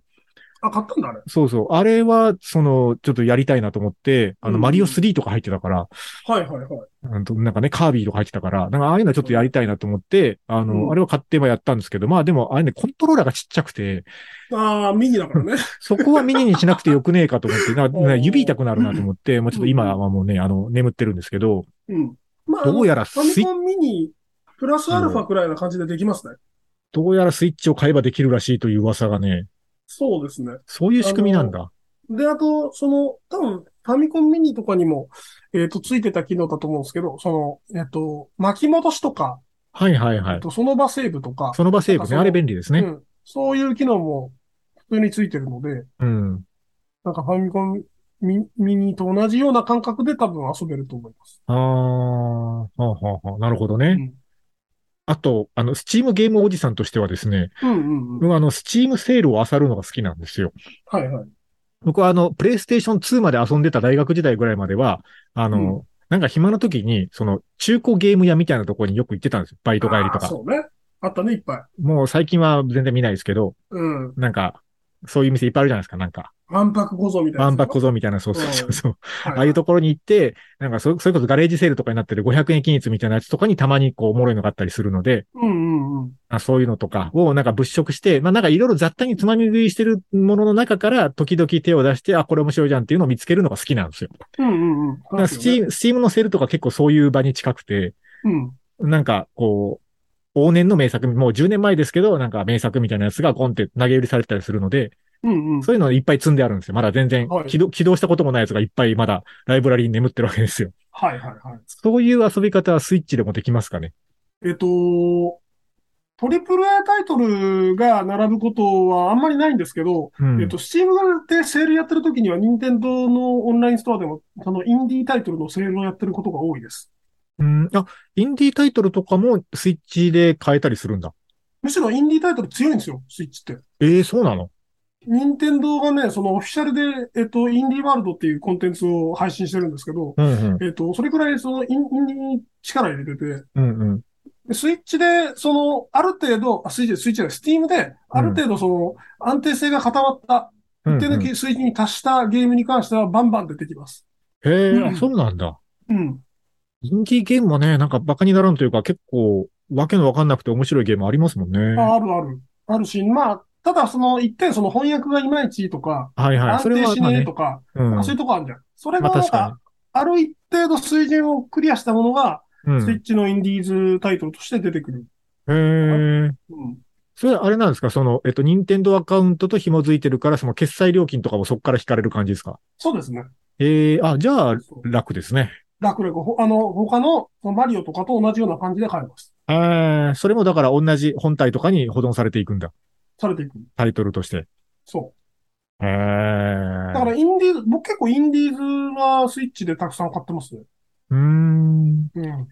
[SPEAKER 3] あ、買ったんだ、あれ。
[SPEAKER 2] そうそう。あれは、その、ちょっとやりたいなと思って、あ
[SPEAKER 3] う
[SPEAKER 2] の、
[SPEAKER 3] ん
[SPEAKER 2] マリオ3とか入ってたから、
[SPEAKER 3] はいはいはい。
[SPEAKER 2] うんとなんかね、カービィとか入ってたから、なんかああいうのちょっとやりたいなと思って、あ
[SPEAKER 3] う
[SPEAKER 2] の、
[SPEAKER 3] ん
[SPEAKER 2] あれを買ってはやったんですけど、まあでも、あれね、コントローラーがちっちゃくて、
[SPEAKER 3] ああ、ミニだからね。 [LAUGHS]
[SPEAKER 2] そこはミニにしなくてよくねえかと思って、な
[SPEAKER 3] おー
[SPEAKER 2] な指痛くなるなと思って、もうちょっと今はもうね、あの、眠ってるんですけど、
[SPEAKER 3] うん。まあ、あの
[SPEAKER 2] どうやらス
[SPEAKER 3] ファミ
[SPEAKER 2] イ
[SPEAKER 3] コンミニ、プラスアルファくらいな感じでできますね。
[SPEAKER 2] どうやらスイッチを買えばできるらしいという噂がね、
[SPEAKER 3] そうですね。
[SPEAKER 2] そういう仕組みなんだ。
[SPEAKER 3] で、あと、その、多分、ファミコンミニとかにも、えっ、と、ついてた機能だと思うんですけど、その、えっ、と、巻き戻しとか、
[SPEAKER 2] はいはいは
[SPEAKER 3] えっ
[SPEAKER 2] い。
[SPEAKER 3] と、その場セーブとか、
[SPEAKER 2] その場セーブ
[SPEAKER 3] なんか
[SPEAKER 2] ね、
[SPEAKER 3] その
[SPEAKER 2] あれ便利ですね。
[SPEAKER 3] うん、そういう機能も普通についてるので、
[SPEAKER 2] うん。
[SPEAKER 3] なんかファミコンミミニと同じような感覚で多分遊べると思います。
[SPEAKER 2] あー、はあはあはあ、なるほど
[SPEAKER 3] う
[SPEAKER 2] ね。
[SPEAKER 3] ん。
[SPEAKER 2] あと、あの、スチームゲームおじさんとしてはですね、
[SPEAKER 3] うんうんうん。
[SPEAKER 2] 僕はあの、スチームセールを漁るのが好きなんですよ。
[SPEAKER 3] はいはい。
[SPEAKER 2] 僕はあの、プレイステーション2まで遊んでた大学時代ぐらいまでは、あの、
[SPEAKER 3] う
[SPEAKER 2] なんか暇な時に、その、中古ゲーム屋みたいなところによく行ってたんですよ。バイト帰りと
[SPEAKER 3] あー
[SPEAKER 2] か。
[SPEAKER 3] そうね。あったね、いっぱい。
[SPEAKER 2] もう最近は全然見ないですけど、
[SPEAKER 3] うん。
[SPEAKER 2] なんか、そういう店いっぱいあるじゃないですか、なんか。
[SPEAKER 3] ワンパク小僧みたいな
[SPEAKER 2] ワ
[SPEAKER 3] やつ。
[SPEAKER 2] ンパク小僧みたいな、そうそうそうそう。
[SPEAKER 3] はいはい
[SPEAKER 2] ああいうところに行って、なんかそ、それこそガレージセールとかになってる500円均一みたいなやつとかにたまにこう、おもろいのがあったりするので、
[SPEAKER 3] うんうんうん。
[SPEAKER 2] あそういうのとかをなんか物色して、まあなんかいろいろ雑多につまみ食いしてるものの中から時々手を出して、あ、これ面白いじゃんっていうのを見つけるのが好きなんですよ。だ
[SPEAKER 3] うんうんうん。
[SPEAKER 2] からスチーム、スチームのセールとか結構そういう場に近くて、
[SPEAKER 3] うん。
[SPEAKER 2] なんかこう、往年の名作、もう10年前ですけど、なんか名作みたいなやつがゴンって投げ売りされてたりするので、
[SPEAKER 3] うんうん。
[SPEAKER 2] そういうのいっぱい積んであるんですよ。まだ全然
[SPEAKER 3] はい
[SPEAKER 2] 起動、起動したこともないやつがいっぱいまだライブラリーに眠ってるわけですよ。
[SPEAKER 3] はいはいはい。
[SPEAKER 2] そういう遊び方はスイッチでもできますかね。
[SPEAKER 3] えっと、トリプル A タイトルが並ぶことはあんまりないんですけど、
[SPEAKER 2] うん。
[SPEAKER 3] えっと、スチームでセールやってる時には、任天堂のオンラインストアでも、そのインディータイトルのセールをやってることが多いです。
[SPEAKER 2] うん、あ、インディータイトルとかもスイッチで変えたりするんだ。
[SPEAKER 3] むしろインディータイトル強いんですよ、スイッチって。
[SPEAKER 2] ええそうなの
[SPEAKER 3] 任天堂がね、そのオフィシャルで、えっと、インディーワールドっていうコンテンツを配信してるんですけど、
[SPEAKER 2] うんうん。
[SPEAKER 3] えっと、それくらいそのインインディーに力入れてて、
[SPEAKER 2] うんうん。
[SPEAKER 3] でスイッチで、その、ある程度、あスイッチで、スイッチで、スティームで、ある程度、その、安定性が固まった、一定の
[SPEAKER 2] へ
[SPEAKER 3] 水準に達したゲームに関しては、バンバン出てきます。
[SPEAKER 2] え、
[SPEAKER 3] うん
[SPEAKER 2] あそうなんだ。
[SPEAKER 3] うん。
[SPEAKER 2] インディーゲームはね、なんかバカにならんというか結構、わけのわかんなくて面白いゲームありますもんね。
[SPEAKER 3] ああるある。あるし、まあ、ただ、その、一点、その翻訳がいまいちとか、
[SPEAKER 2] はいはい。
[SPEAKER 3] 安
[SPEAKER 2] それ
[SPEAKER 3] 定
[SPEAKER 2] は
[SPEAKER 3] し
[SPEAKER 2] まあ
[SPEAKER 3] ねえ
[SPEAKER 2] ね
[SPEAKER 3] と。か、
[SPEAKER 2] うん。
[SPEAKER 3] なんかそういうとこあるじゃん。それが、なん
[SPEAKER 2] まあ確
[SPEAKER 3] か、ある一定の水準をクリアしたものが、
[SPEAKER 2] うん
[SPEAKER 3] スイッチのインディーズタイトルとして出てくる。
[SPEAKER 2] へえ。
[SPEAKER 3] うん。
[SPEAKER 2] それあれなんですかその、えっと、任天堂アカウントと紐づいてるから、その決済料金とかもそこから引かれる感じですか
[SPEAKER 3] そうですね。
[SPEAKER 2] ええあ、じゃあ、
[SPEAKER 3] そう
[SPEAKER 2] 楽ですね。
[SPEAKER 3] 楽々、ほあの、他の、そのマリオとかと同じような感じで買えます。
[SPEAKER 2] ええそれもだから同じ本体とかに保存されていくんだ。
[SPEAKER 3] されていく。
[SPEAKER 2] タイトルとして。
[SPEAKER 3] そう。
[SPEAKER 2] へえ。
[SPEAKER 3] だから、インディーズ、僕結構インディーズはスイッチでたくさん買ってますね。
[SPEAKER 2] うーん。
[SPEAKER 3] うん。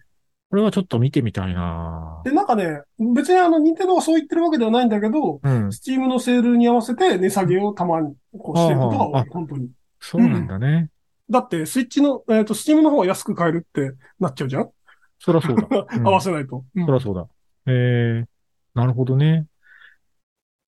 [SPEAKER 2] これはちょっと見てみたいな
[SPEAKER 3] で、なんかね、別にあの、任天堂がそう言ってるわけではないんだけど、
[SPEAKER 2] うん。
[SPEAKER 3] スチームのセールに合わせて値下げをたまにこうしてることが
[SPEAKER 2] あ
[SPEAKER 3] 多
[SPEAKER 2] あ
[SPEAKER 3] い、本当に。
[SPEAKER 2] そうなんだね。
[SPEAKER 3] だって、スイッチの、えっ、と、スチームの方が安く買えるってなっちゃうじゃん、
[SPEAKER 2] そらそうだ。うん
[SPEAKER 3] [LAUGHS] 合わせないと。うん
[SPEAKER 2] そらそうだ。ええなるほどね。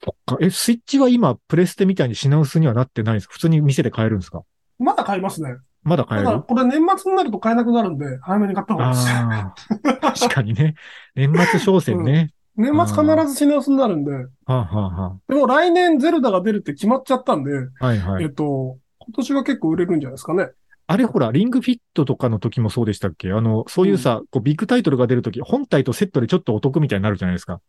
[SPEAKER 2] そっか。え、スイッチは今、プレステみたいに品薄にはなってないんですか普通に店で買えるんですか
[SPEAKER 3] まだ買いますね。
[SPEAKER 2] まだ買
[SPEAKER 3] た
[SPEAKER 2] え
[SPEAKER 3] だ、
[SPEAKER 2] る
[SPEAKER 3] これ年末になると買えなくなるんで、早めに買った方がいいです。
[SPEAKER 2] あ
[SPEAKER 3] [LAUGHS]
[SPEAKER 2] あ。確かにね。年末商戦ね。
[SPEAKER 3] 年末必ず品薄になるんで、
[SPEAKER 2] はあ、はあは
[SPEAKER 3] でも来年ゼルダが出るって決まっちゃったんで、
[SPEAKER 2] あ、はいは
[SPEAKER 3] え
[SPEAKER 2] い
[SPEAKER 3] っ。と、今年は結構売れるんじゃないですかね。
[SPEAKER 2] あれほら、リングフィットとかの時もそうでしたっけあの、そういうさ、こうビッグタイトルが出る時、本体とセットでちょっとお得みたいになるじゃないですか。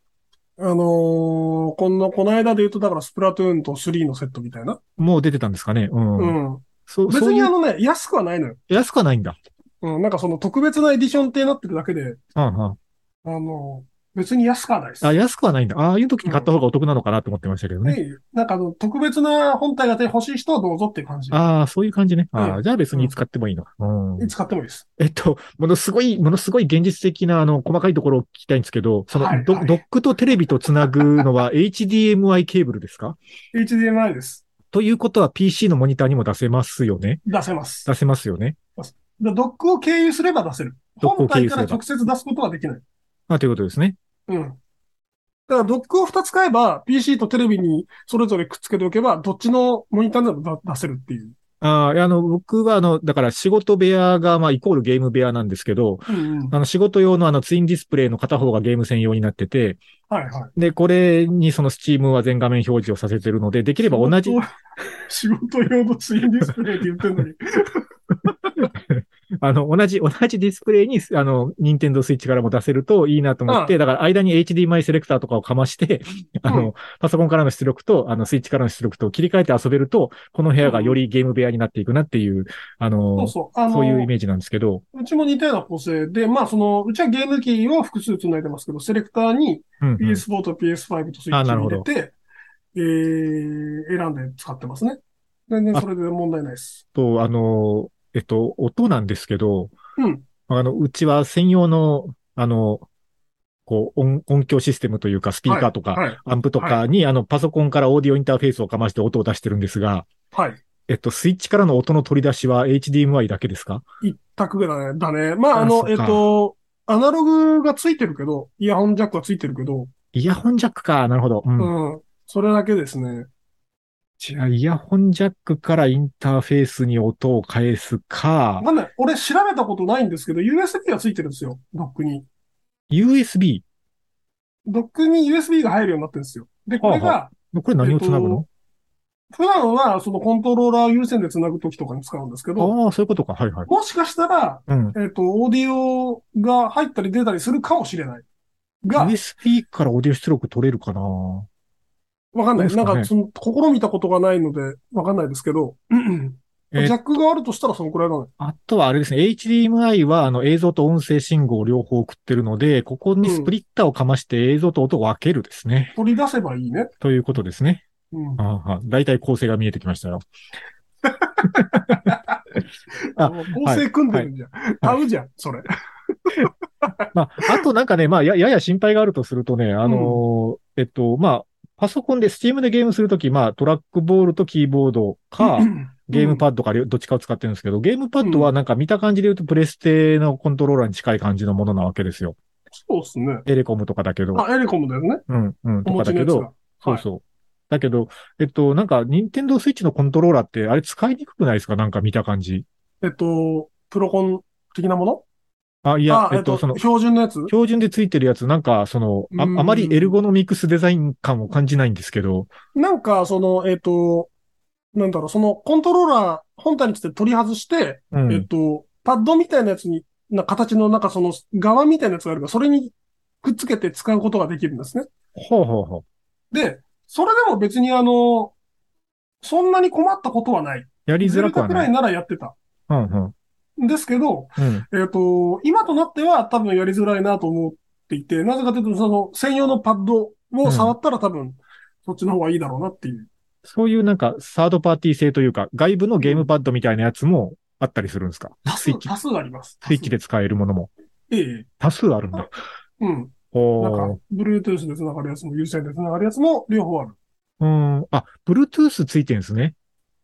[SPEAKER 3] あのーこんな、この間で言うと、だからスプラトゥーンと3のセットみたいな。
[SPEAKER 2] もう出てたんですかね。うん。
[SPEAKER 3] うん。
[SPEAKER 2] そう、
[SPEAKER 3] 別
[SPEAKER 2] そう
[SPEAKER 3] に
[SPEAKER 2] い
[SPEAKER 3] あ
[SPEAKER 2] う、
[SPEAKER 3] のね、安くはないのよ。
[SPEAKER 2] 安くはないんだ。
[SPEAKER 3] うん。なんかその特別なエディションってなってるだけで、
[SPEAKER 2] うんうん。
[SPEAKER 3] あのー別に安くはないです。
[SPEAKER 2] あ、安くはないんだ。ああいう時に買った方がお得なのかなと思ってましたけどね。
[SPEAKER 3] でなんかあの、特別な本体が欲しい人はどうぞっていう感じ。
[SPEAKER 2] ああ、そういう感じね。あ
[SPEAKER 3] う
[SPEAKER 2] あ、
[SPEAKER 3] ん
[SPEAKER 2] じゃあ別に使ってもいいの。うん。
[SPEAKER 3] 使ってもいいです。
[SPEAKER 2] えっと、ものすごい、ものすごい現実的な、あの、細かいところを聞きたいんですけど、その
[SPEAKER 3] はい
[SPEAKER 2] ド、
[SPEAKER 3] はい
[SPEAKER 2] ドックとテレビとつなぐのは HDMI ケーブルですか
[SPEAKER 3] HDMI です。
[SPEAKER 2] ということは PC のモニターにも出せますよね
[SPEAKER 3] 出せます。
[SPEAKER 2] 出せますよね
[SPEAKER 3] でドックを経由すれば出せる。
[SPEAKER 2] ドックを
[SPEAKER 3] 本
[SPEAKER 2] 経由
[SPEAKER 3] 体
[SPEAKER 2] すれば
[SPEAKER 3] から直接出すことはできない。
[SPEAKER 2] あということですね。
[SPEAKER 3] うん。だからドックを2つ買えば、PC とテレビにそれぞれくっつけておけば、どっちのモニターでもだ出せるっていう。
[SPEAKER 2] ああ、いやあの、僕はあの、だから仕事部屋が、まあ、イコールゲーム部屋なんですけど、
[SPEAKER 3] うんうん。
[SPEAKER 2] あの、仕事用のあの、ツインディスプレイの片方がゲーム専用になってて、
[SPEAKER 3] はいはい。
[SPEAKER 2] で、これにその Steam は全画面表示をさせてるので、できれば同じ、。
[SPEAKER 3] [LAUGHS] 仕事用のツインディスプレイって言ってんのに。
[SPEAKER 2] あの、同じ、同じディスプレイに、あの、任天堂スイッチからも出せるといいなと思って、だから間に HDMI セレクターとかをかまして、あの、パソコンからの出力と、あの、スイッチからの出力と切り替えて遊べると、この部屋がよりゲーム部屋になっていくなっていう、あ
[SPEAKER 3] そ
[SPEAKER 2] の
[SPEAKER 3] う、そう。あの、
[SPEAKER 2] そういうイ
[SPEAKER 3] う
[SPEAKER 2] メージなんですけど、
[SPEAKER 3] ちも似たような構成で、まあその、うちはゲームキーを複数つないでますけど、セレクターに
[SPEAKER 2] うんうん
[SPEAKER 3] PS4 と PS5 とスイッ
[SPEAKER 2] あ
[SPEAKER 3] チ
[SPEAKER 2] なる
[SPEAKER 3] を
[SPEAKER 2] ほ
[SPEAKER 3] 入
[SPEAKER 2] ど
[SPEAKER 3] れて、えー、選んで使ってますね。全然それで問題ないです。
[SPEAKER 2] と、あの、えっと、音なんですけど、
[SPEAKER 3] うん。
[SPEAKER 2] あの、うちは専用の、あの、こう、音音響システムというか、スピーカーとか、
[SPEAKER 3] はい。
[SPEAKER 2] アンプとかに、あの、パソコンからオーディオインターフェースをかまして音を出してるんですが、
[SPEAKER 3] はい。
[SPEAKER 2] えっと、スイッチからの音の取り出しは HDMI だけですか
[SPEAKER 3] 一択だね。だね。まあ、
[SPEAKER 2] あ
[SPEAKER 3] あ
[SPEAKER 2] そっ
[SPEAKER 3] の、
[SPEAKER 2] か
[SPEAKER 3] えっと、アナログがついてるけど、イヤホンジャックはついてるけど、
[SPEAKER 2] イヤホンジャックか。なるほど。うん。
[SPEAKER 3] うん。それだけですね。
[SPEAKER 2] じゃあ、イヤホンジャックからインターフェースに音を返すか、
[SPEAKER 3] まあね、俺調べたことないんですけど、USB がついてるんですよ。ドックに。
[SPEAKER 2] USB。
[SPEAKER 3] ドックに USB が入るようになってるんですよ。で、これ
[SPEAKER 2] はあ
[SPEAKER 3] が、
[SPEAKER 2] これ何をつなぐの、
[SPEAKER 3] 普段はそのコントローラー優先で繋ぐときとかに使うんですけど、
[SPEAKER 2] ああ、そういうことか。はいはい。
[SPEAKER 3] もしかしたら、
[SPEAKER 2] うん。
[SPEAKER 3] えっ、と、オーディオが入ったり出たりするかもしれない。が、
[SPEAKER 2] USB からオーディオ出力取れるかな
[SPEAKER 3] わかんない。
[SPEAKER 2] どうです
[SPEAKER 3] な
[SPEAKER 2] か
[SPEAKER 3] ん
[SPEAKER 2] ね
[SPEAKER 3] か、その、試みたことがないので、わかんないですけど、ジ
[SPEAKER 2] え
[SPEAKER 3] ャックがあるとしたらそのくらいなのよ。
[SPEAKER 2] あとはあれですね、HDMI はあの映像と音声信号を両方送ってるので、ここにスプリッターをかまして映像と音を分けるですね。
[SPEAKER 3] 取り出せばいいね。
[SPEAKER 2] ということですね。
[SPEAKER 3] うん。
[SPEAKER 2] あーはー大体構成が見えてきましたよ。あ
[SPEAKER 3] もう構成組んでるんじゃん。合うじゃん、それ。
[SPEAKER 2] まあ、あとなんかね、まあ、や、やや心配があるとするとね、あのーえっと、まあ、パソコンで、Steam でゲームするとき、まあ、トラックボールとキーボードか、ゲームパッドか、どっちかを使ってるんですけど、ゲームパッドはなんか見た感じで言うと、プレステのコントローラーに近い感じのものなわけですよ。
[SPEAKER 3] そうですね。
[SPEAKER 2] エレコムとかだけど、
[SPEAKER 3] あ、エレコムだよね。
[SPEAKER 2] うん、うん、
[SPEAKER 3] お
[SPEAKER 2] と
[SPEAKER 3] 持
[SPEAKER 2] かだ
[SPEAKER 3] ちの
[SPEAKER 2] け
[SPEAKER 3] やつ
[SPEAKER 2] ど、
[SPEAKER 3] が。
[SPEAKER 2] そうそう。だけど、えっと、なんか、ニンテンドースイッチのコントローラーって、あれ使いにくくないですかなんか見た感じ。
[SPEAKER 3] えっと、プロコン的なもの
[SPEAKER 2] あ、い
[SPEAKER 3] い
[SPEAKER 2] や、えっと、その、
[SPEAKER 3] 標準のやつ
[SPEAKER 2] 標準でついてるやつ、なんか、その、あ、あ
[SPEAKER 3] うん
[SPEAKER 2] まりエルゴノミクスデザイン感を感じないんですけど、
[SPEAKER 3] なんか、その、えっと、なんだろう、その、コントローラー、本体について取り外して、
[SPEAKER 2] う
[SPEAKER 3] えっ
[SPEAKER 2] ん。
[SPEAKER 3] と、パッドみたいなやつに、な形の、なんかその、側みたいなやつがあるから、それにくっつけて使うことができるんですね。
[SPEAKER 2] ほうほうほう。
[SPEAKER 3] で、それでも別にあの、そんなに困ったことはない。
[SPEAKER 2] やりづらくは
[SPEAKER 3] デルタくら
[SPEAKER 2] ないい。
[SPEAKER 3] ならやってた。
[SPEAKER 2] うんうん。
[SPEAKER 3] んですけど、
[SPEAKER 2] うん。
[SPEAKER 3] えっ、と、今となっては多分やりづらいなと思っていて、なぜかというと、その、専用のパッドを触ったら多分、そっちの方がいいだろうなっていう。
[SPEAKER 2] そういうなんか、サードパーティー製というか、外部のゲームパッドみたいなやつもあったりするんですか
[SPEAKER 3] 多
[SPEAKER 2] スイ
[SPEAKER 3] 数、
[SPEAKER 2] ッチ
[SPEAKER 3] 多、数あります。
[SPEAKER 2] スイッチで使えるものも。
[SPEAKER 3] ええ。
[SPEAKER 2] 多数あるんだ。
[SPEAKER 3] うん。なん
[SPEAKER 2] お
[SPEAKER 3] か
[SPEAKER 2] ー、
[SPEAKER 3] Bluetooth で繋がるやつも、有線で繋がるやつも、両方ある。
[SPEAKER 2] うん。あ、Bluetooth ついてるんですね。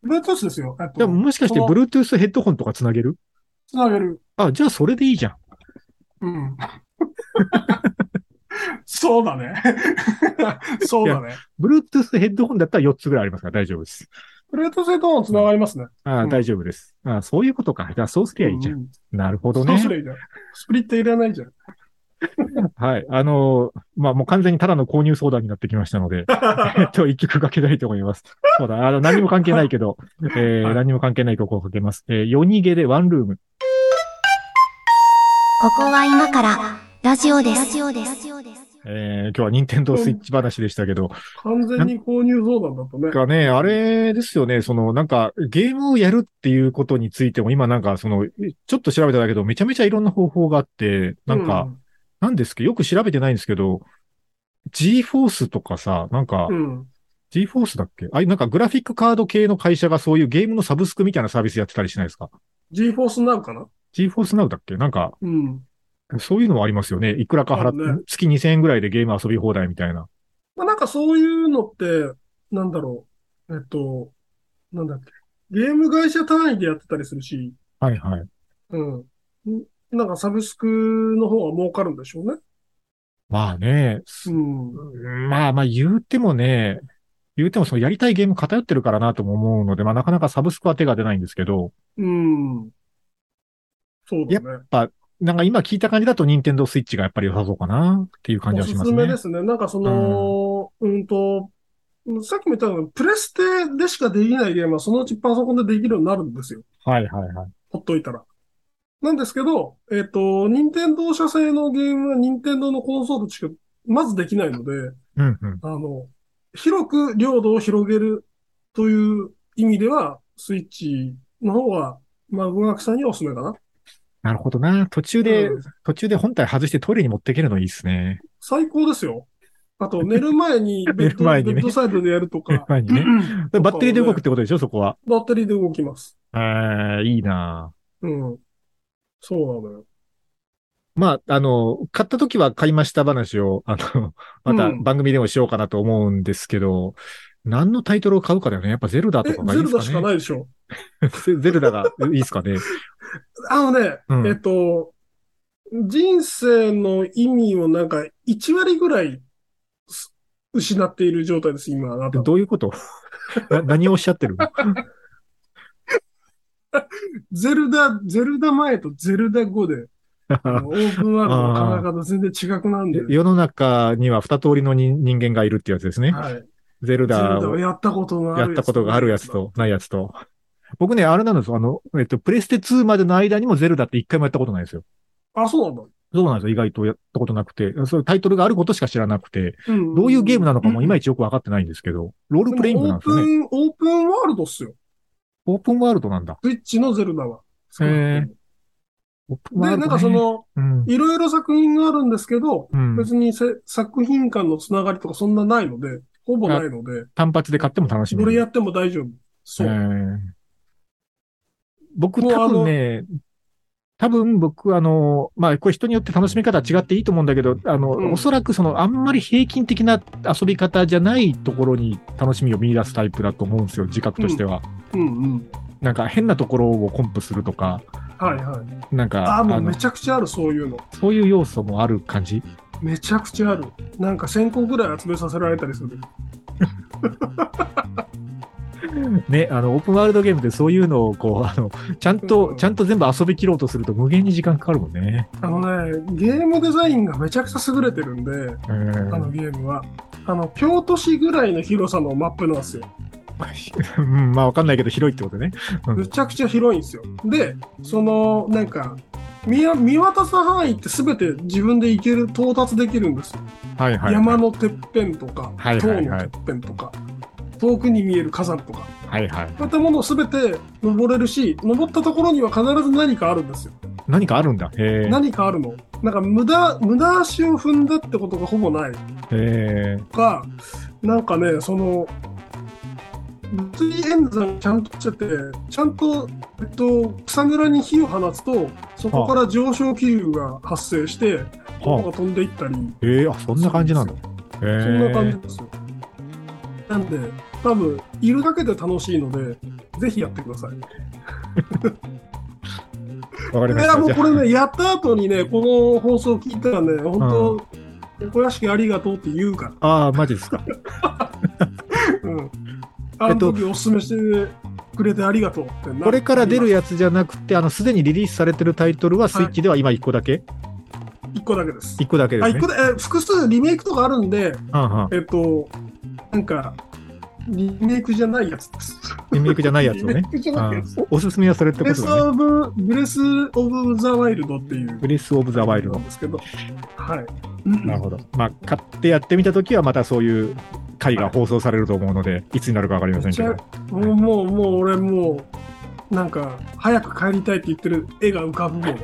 [SPEAKER 3] Bluetooth ですよ。えっ
[SPEAKER 2] で
[SPEAKER 3] と
[SPEAKER 2] も、もしかして
[SPEAKER 3] この
[SPEAKER 2] Bluetooth ヘッドホンとかつなげる
[SPEAKER 3] 繋げる。
[SPEAKER 2] あ、じゃあそれでいいじゃん。
[SPEAKER 3] うん。そうだ
[SPEAKER 2] [LAUGHS]
[SPEAKER 3] ね。そうだね。
[SPEAKER 2] Bluetooth ヘッドホンだったら4つぐらいありますから大丈夫です。
[SPEAKER 3] Bluetooth ヘッドホン繋がりますね。
[SPEAKER 2] ああ、
[SPEAKER 3] うん
[SPEAKER 2] 大丈夫です。ああ、そういうことか。じゃあそうすりゃいいじゃん。
[SPEAKER 3] うんうん
[SPEAKER 2] なるほど
[SPEAKER 3] そう
[SPEAKER 2] ね
[SPEAKER 3] す。りゃいいじゃん。スプリットいらないじゃん。
[SPEAKER 2] はい。あのーまあ、もう完全にただの購入相談になってきましたの [LAUGHS] で、えっと、一曲かけたいと思います。そうだ、あの、何も関係ないけど、えー
[SPEAKER 3] はい
[SPEAKER 2] 何も関係ない曲をかけます。えー、夜逃げでワンルーム。
[SPEAKER 1] ここは今からラジオです。ラジオです。
[SPEAKER 2] えー、今日は任天堂スイッチ話でしたけど、
[SPEAKER 3] 完全に購入相談だったね。
[SPEAKER 2] がね、あれですよね、その、なんか、ゲームをやるっていうことについても、今なんか、その、ちょっと調べただけど、めちゃめちゃいろんな方法があって、なんか、
[SPEAKER 3] うん
[SPEAKER 2] なんですけど、よく調べてないんですけど、G-Force とかさ、なんか
[SPEAKER 3] う、ん。
[SPEAKER 2] G-Force だっけあれ、なんかグラフィックカード系の会社がそういうゲームのサブスクみたいなサービスやってたりしないですか
[SPEAKER 3] GForce Now かな
[SPEAKER 2] ?G-Force Now だっけなんか、
[SPEAKER 3] うん。
[SPEAKER 2] そういうのはありますよね。いくらか払
[SPEAKER 3] ある
[SPEAKER 2] って、月2000円ぐらいでゲーム遊び放題みたいな。
[SPEAKER 3] まあなんかそういうのって、なんだろう。えっと、なんだっけ。ゲーム会社単位でやってたりするし、
[SPEAKER 2] はいはい。
[SPEAKER 3] うん。んなんかサブスクの方が儲かるんでしょうね。
[SPEAKER 2] まあね、
[SPEAKER 3] うん。
[SPEAKER 2] まあまあ言うてもね、言うてもそのやりたいゲーム偏ってるからなとも思うので、まあなかなかサブスクは手が出ないんですけど、
[SPEAKER 3] うん。そうだね。
[SPEAKER 2] なんか今聞いた感じだと任天堂スイッチがやっぱり良さそうかなっていう感じ
[SPEAKER 3] お
[SPEAKER 2] はし
[SPEAKER 3] す
[SPEAKER 2] ますす
[SPEAKER 3] め
[SPEAKER 2] ね。
[SPEAKER 3] ですね。なんかその、うんと、さっきも言ったのプレステでしかできないゲームはそのうちパソコンでできるようになるんですよ。
[SPEAKER 2] はいはいはい。
[SPEAKER 3] ほっといたら。なんですけど、えっ、と、任天堂社製のゲームは任天堂のコンソールしかまずできないので、
[SPEAKER 2] うんうん。
[SPEAKER 3] あの、広く領土を広げるという意味では、スイッチの方が、まあ、文学さんにはおすすめかな。
[SPEAKER 2] なるほどな。途中で、
[SPEAKER 3] うん
[SPEAKER 2] 途中で本体外してトイレに持っていけるのいいですね。
[SPEAKER 3] 最高ですよ。あと、寝る
[SPEAKER 2] [LAUGHS]
[SPEAKER 3] 前にベ
[SPEAKER 2] 寝
[SPEAKER 3] ッ
[SPEAKER 2] る
[SPEAKER 3] ド、
[SPEAKER 2] 前にね。
[SPEAKER 3] ベッドサイドでやるとか
[SPEAKER 2] 前にね。
[SPEAKER 3] うん
[SPEAKER 2] バッテリーで動くってことでしょ、そこは。
[SPEAKER 3] バッテリーで動きます。
[SPEAKER 2] えー、いいな
[SPEAKER 3] うん。そうなのよ。
[SPEAKER 2] まあ、あの、買った時は買いました話を、あの、 [LAUGHS] また
[SPEAKER 3] うん
[SPEAKER 2] 番組でもしようかなと思うんですけど、何のタイトルを買うかだよね。やっぱゼルダ
[SPEAKER 3] え、
[SPEAKER 2] とか
[SPEAKER 3] ゼ
[SPEAKER 2] がいいで
[SPEAKER 3] ル
[SPEAKER 2] すか
[SPEAKER 3] ダ
[SPEAKER 2] ね。
[SPEAKER 3] しかないでしょ。
[SPEAKER 2] [LAUGHS] ゼゼルダがいいですか
[SPEAKER 3] [LAUGHS]
[SPEAKER 2] ね。
[SPEAKER 3] あのね、
[SPEAKER 2] うん
[SPEAKER 3] えっと、人生の意味をなんか1割ぐらいす失っている状態です、今、あなたは。
[SPEAKER 2] どういうこと [LAUGHS] な何をおっしゃって
[SPEAKER 3] [LAUGHS]
[SPEAKER 2] るの [LAUGHS]
[SPEAKER 3] ゼルダ、ゼルダ前とゼルダ後で、あのオープンワールドの考え方全然違くなんで、
[SPEAKER 2] 世の中には二通りの人人間がいるってやつですね。
[SPEAKER 3] はい。ゼル
[SPEAKER 2] ゼルダ
[SPEAKER 3] ダ
[SPEAKER 2] を
[SPEAKER 3] をやったことがあ
[SPEAKER 2] や
[SPEAKER 3] る
[SPEAKER 2] っ
[SPEAKER 3] や
[SPEAKER 2] た
[SPEAKER 3] つ
[SPEAKER 2] ことがあるやつ。と、ないやつと。僕ね、あれなんですよ。あの、えっと、プレステ2までの間にもゼルダって一回もやったことないんですよ。
[SPEAKER 3] あ、そうなんだ。
[SPEAKER 2] そうなんですよ。意外とやったことなくて。そういうタイトルがあることしか知らなくて、
[SPEAKER 3] うん
[SPEAKER 2] どういうゲームなのかもいまいちよくわかってないんですけど、ロールプレイングなんですよね。
[SPEAKER 3] でもオープン、オープンワールドっすよ。
[SPEAKER 2] オープンワールドなんだ。
[SPEAKER 3] スイッチのゼルダは。
[SPEAKER 2] へーオープンワー
[SPEAKER 3] で、
[SPEAKER 2] ルド、ね。
[SPEAKER 3] なんかそ、の、
[SPEAKER 2] うん。
[SPEAKER 3] いろいろ作品があるんですけど、
[SPEAKER 2] うん、
[SPEAKER 3] 別にせ作品間のつながりとかそんなないので、ほぼないので、
[SPEAKER 2] 単発で買っても楽しめ
[SPEAKER 3] ど
[SPEAKER 2] る
[SPEAKER 3] れやっても大丈夫。そう。
[SPEAKER 2] えー僕
[SPEAKER 3] もう
[SPEAKER 2] 多分ね、多分僕あの、まあこれ人によって楽しみ方は違っていいと思うんだけど、あの、
[SPEAKER 3] うん
[SPEAKER 2] おそらくそのあんまり平均的な遊び方じゃないところに楽しみを見出すタイプだと思うんですよ、自覚としては。
[SPEAKER 3] うんうん。
[SPEAKER 2] なんか変なところをコンプするとか、
[SPEAKER 3] はいはい。
[SPEAKER 2] なんか、
[SPEAKER 3] ああ、もう
[SPEAKER 2] の
[SPEAKER 3] めちゃくちゃある、そういうの。
[SPEAKER 2] そういう要素もある感じ。
[SPEAKER 3] めちゃくちゃある。なんか1000個ぐらい集めさせられたりする。
[SPEAKER 2] [LAUGHS] ね、あの、オープンワールドゲームでそういうのをこう、あの、ちゃん
[SPEAKER 3] う
[SPEAKER 2] と、
[SPEAKER 3] ん
[SPEAKER 2] ちゃんと全部遊びきろうとすると無限に時間かかるもんね。
[SPEAKER 3] あのね、ゲームデザインがめちゃくちゃ優れてるんで、
[SPEAKER 2] う
[SPEAKER 3] あ
[SPEAKER 2] ん
[SPEAKER 3] のゲームは。あの、京都市ぐらいの広さのマップなんですよ。
[SPEAKER 2] うん、まあわかんないけど広いってことね。うん
[SPEAKER 3] めちゃくちゃ広いんですよ。で、その、なんか、見わ見渡す範囲って全て自分で行ける、到達できるんですよ。
[SPEAKER 2] はいはい。
[SPEAKER 3] 山のてっぺんとか、
[SPEAKER 2] はい
[SPEAKER 3] 塔
[SPEAKER 2] は
[SPEAKER 3] の
[SPEAKER 2] いはい
[SPEAKER 3] てっぺんとか、遠くに見える火山とか、
[SPEAKER 2] はいはい。
[SPEAKER 3] そういったものを全て登れるし、登ったところには必ず何かあるんですよ。
[SPEAKER 2] 何かあるんだ。へえ。
[SPEAKER 3] 何かあるの。なんか無駄、無駄足を踏んだってことがほぼない
[SPEAKER 2] へえ。
[SPEAKER 3] とか、なんかね、その、物理演算ちゃんとしてて、ちゃんと、えっと、草むらに火を放つと、そこから上昇気流が発生して、
[SPEAKER 2] はあ
[SPEAKER 3] 音が飛んでいったり、
[SPEAKER 2] へえ、あ、そんな感じなんだ。へえ。
[SPEAKER 3] そんな感じですよ。なんで、多分、いるだけで楽しいので、ぜひやってください。
[SPEAKER 2] わかり
[SPEAKER 3] い
[SPEAKER 2] ました。
[SPEAKER 3] や、もう
[SPEAKER 2] じゃあ
[SPEAKER 3] これね、やった後にね、この放送聞いたらね、本当、小屋敷ありがとうって言うか
[SPEAKER 2] ああ、マジですか。
[SPEAKER 3] ら。うん。あの時おすすめしてくれてありがとうってな
[SPEAKER 2] これから出るやつじゃなくて、あの、すでにリリースされてるタイトルはスイッチでは今1個だけ、
[SPEAKER 3] 一個だけです。
[SPEAKER 2] 一 ?1 個だけで
[SPEAKER 3] あ、
[SPEAKER 2] す
[SPEAKER 3] 一
[SPEAKER 2] ね
[SPEAKER 3] 個。だえ、複数リメイクとかあるんで、
[SPEAKER 2] はんはん
[SPEAKER 3] えっと、なんか、リメイクじゃないやつです。
[SPEAKER 2] リメイクじゃないやつを
[SPEAKER 3] リメ
[SPEAKER 2] ね
[SPEAKER 3] イ。クじゃ
[SPEAKER 2] あ
[SPEAKER 3] ないやつ。
[SPEAKER 2] ーおおすすめはそれって
[SPEAKER 3] ブ
[SPEAKER 2] こ
[SPEAKER 3] レ
[SPEAKER 2] と
[SPEAKER 3] ス・
[SPEAKER 2] だね。
[SPEAKER 3] オブ・ブレス・オブ・ザ・ワイルドっていう
[SPEAKER 2] ブレス・オブ・ザ・ワイル
[SPEAKER 3] な
[SPEAKER 2] ド
[SPEAKER 3] ん。ですけど、はい。
[SPEAKER 2] なるほど。まあ、買ってやってみたときは、またそういう回が放送されると思うので、いつになるかわかりませんけど
[SPEAKER 3] め。もう、もう、もう、俺、もう、なんか、早く帰りたいって言ってる絵が浮かぶもん。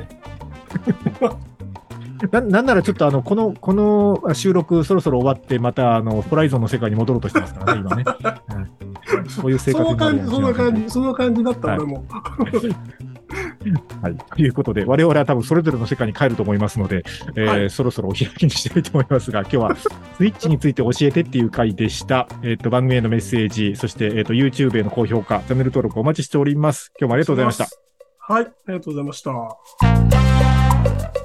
[SPEAKER 2] ななんならちょっとあの、この、この収録そろそろ終わって、またあの、ホライゾンの世界に戻ろうとしてますからね、
[SPEAKER 3] [LAUGHS]
[SPEAKER 2] 今ね。こういう生活
[SPEAKER 3] そ
[SPEAKER 2] に
[SPEAKER 3] んな
[SPEAKER 2] なるや
[SPEAKER 3] 感じ、
[SPEAKER 2] つ
[SPEAKER 3] そんな感じ、そんな感じだった、
[SPEAKER 2] はい
[SPEAKER 3] 俺も。
[SPEAKER 2] [LAUGHS] はい。ということで、我々は多分それぞれの世界に帰ると思いますので、えー
[SPEAKER 3] は
[SPEAKER 2] そろそろお開きにしたいと思いますが、今日はスイッチについて教えてっていう回でした。えっ、と、番組へのメッセージ、そして、えっ、と、YouTube への高評価、チャンネル登録お待ちしております。今日もあ
[SPEAKER 3] あ
[SPEAKER 2] りがとうございました。。
[SPEAKER 3] はい、ありがとうございました。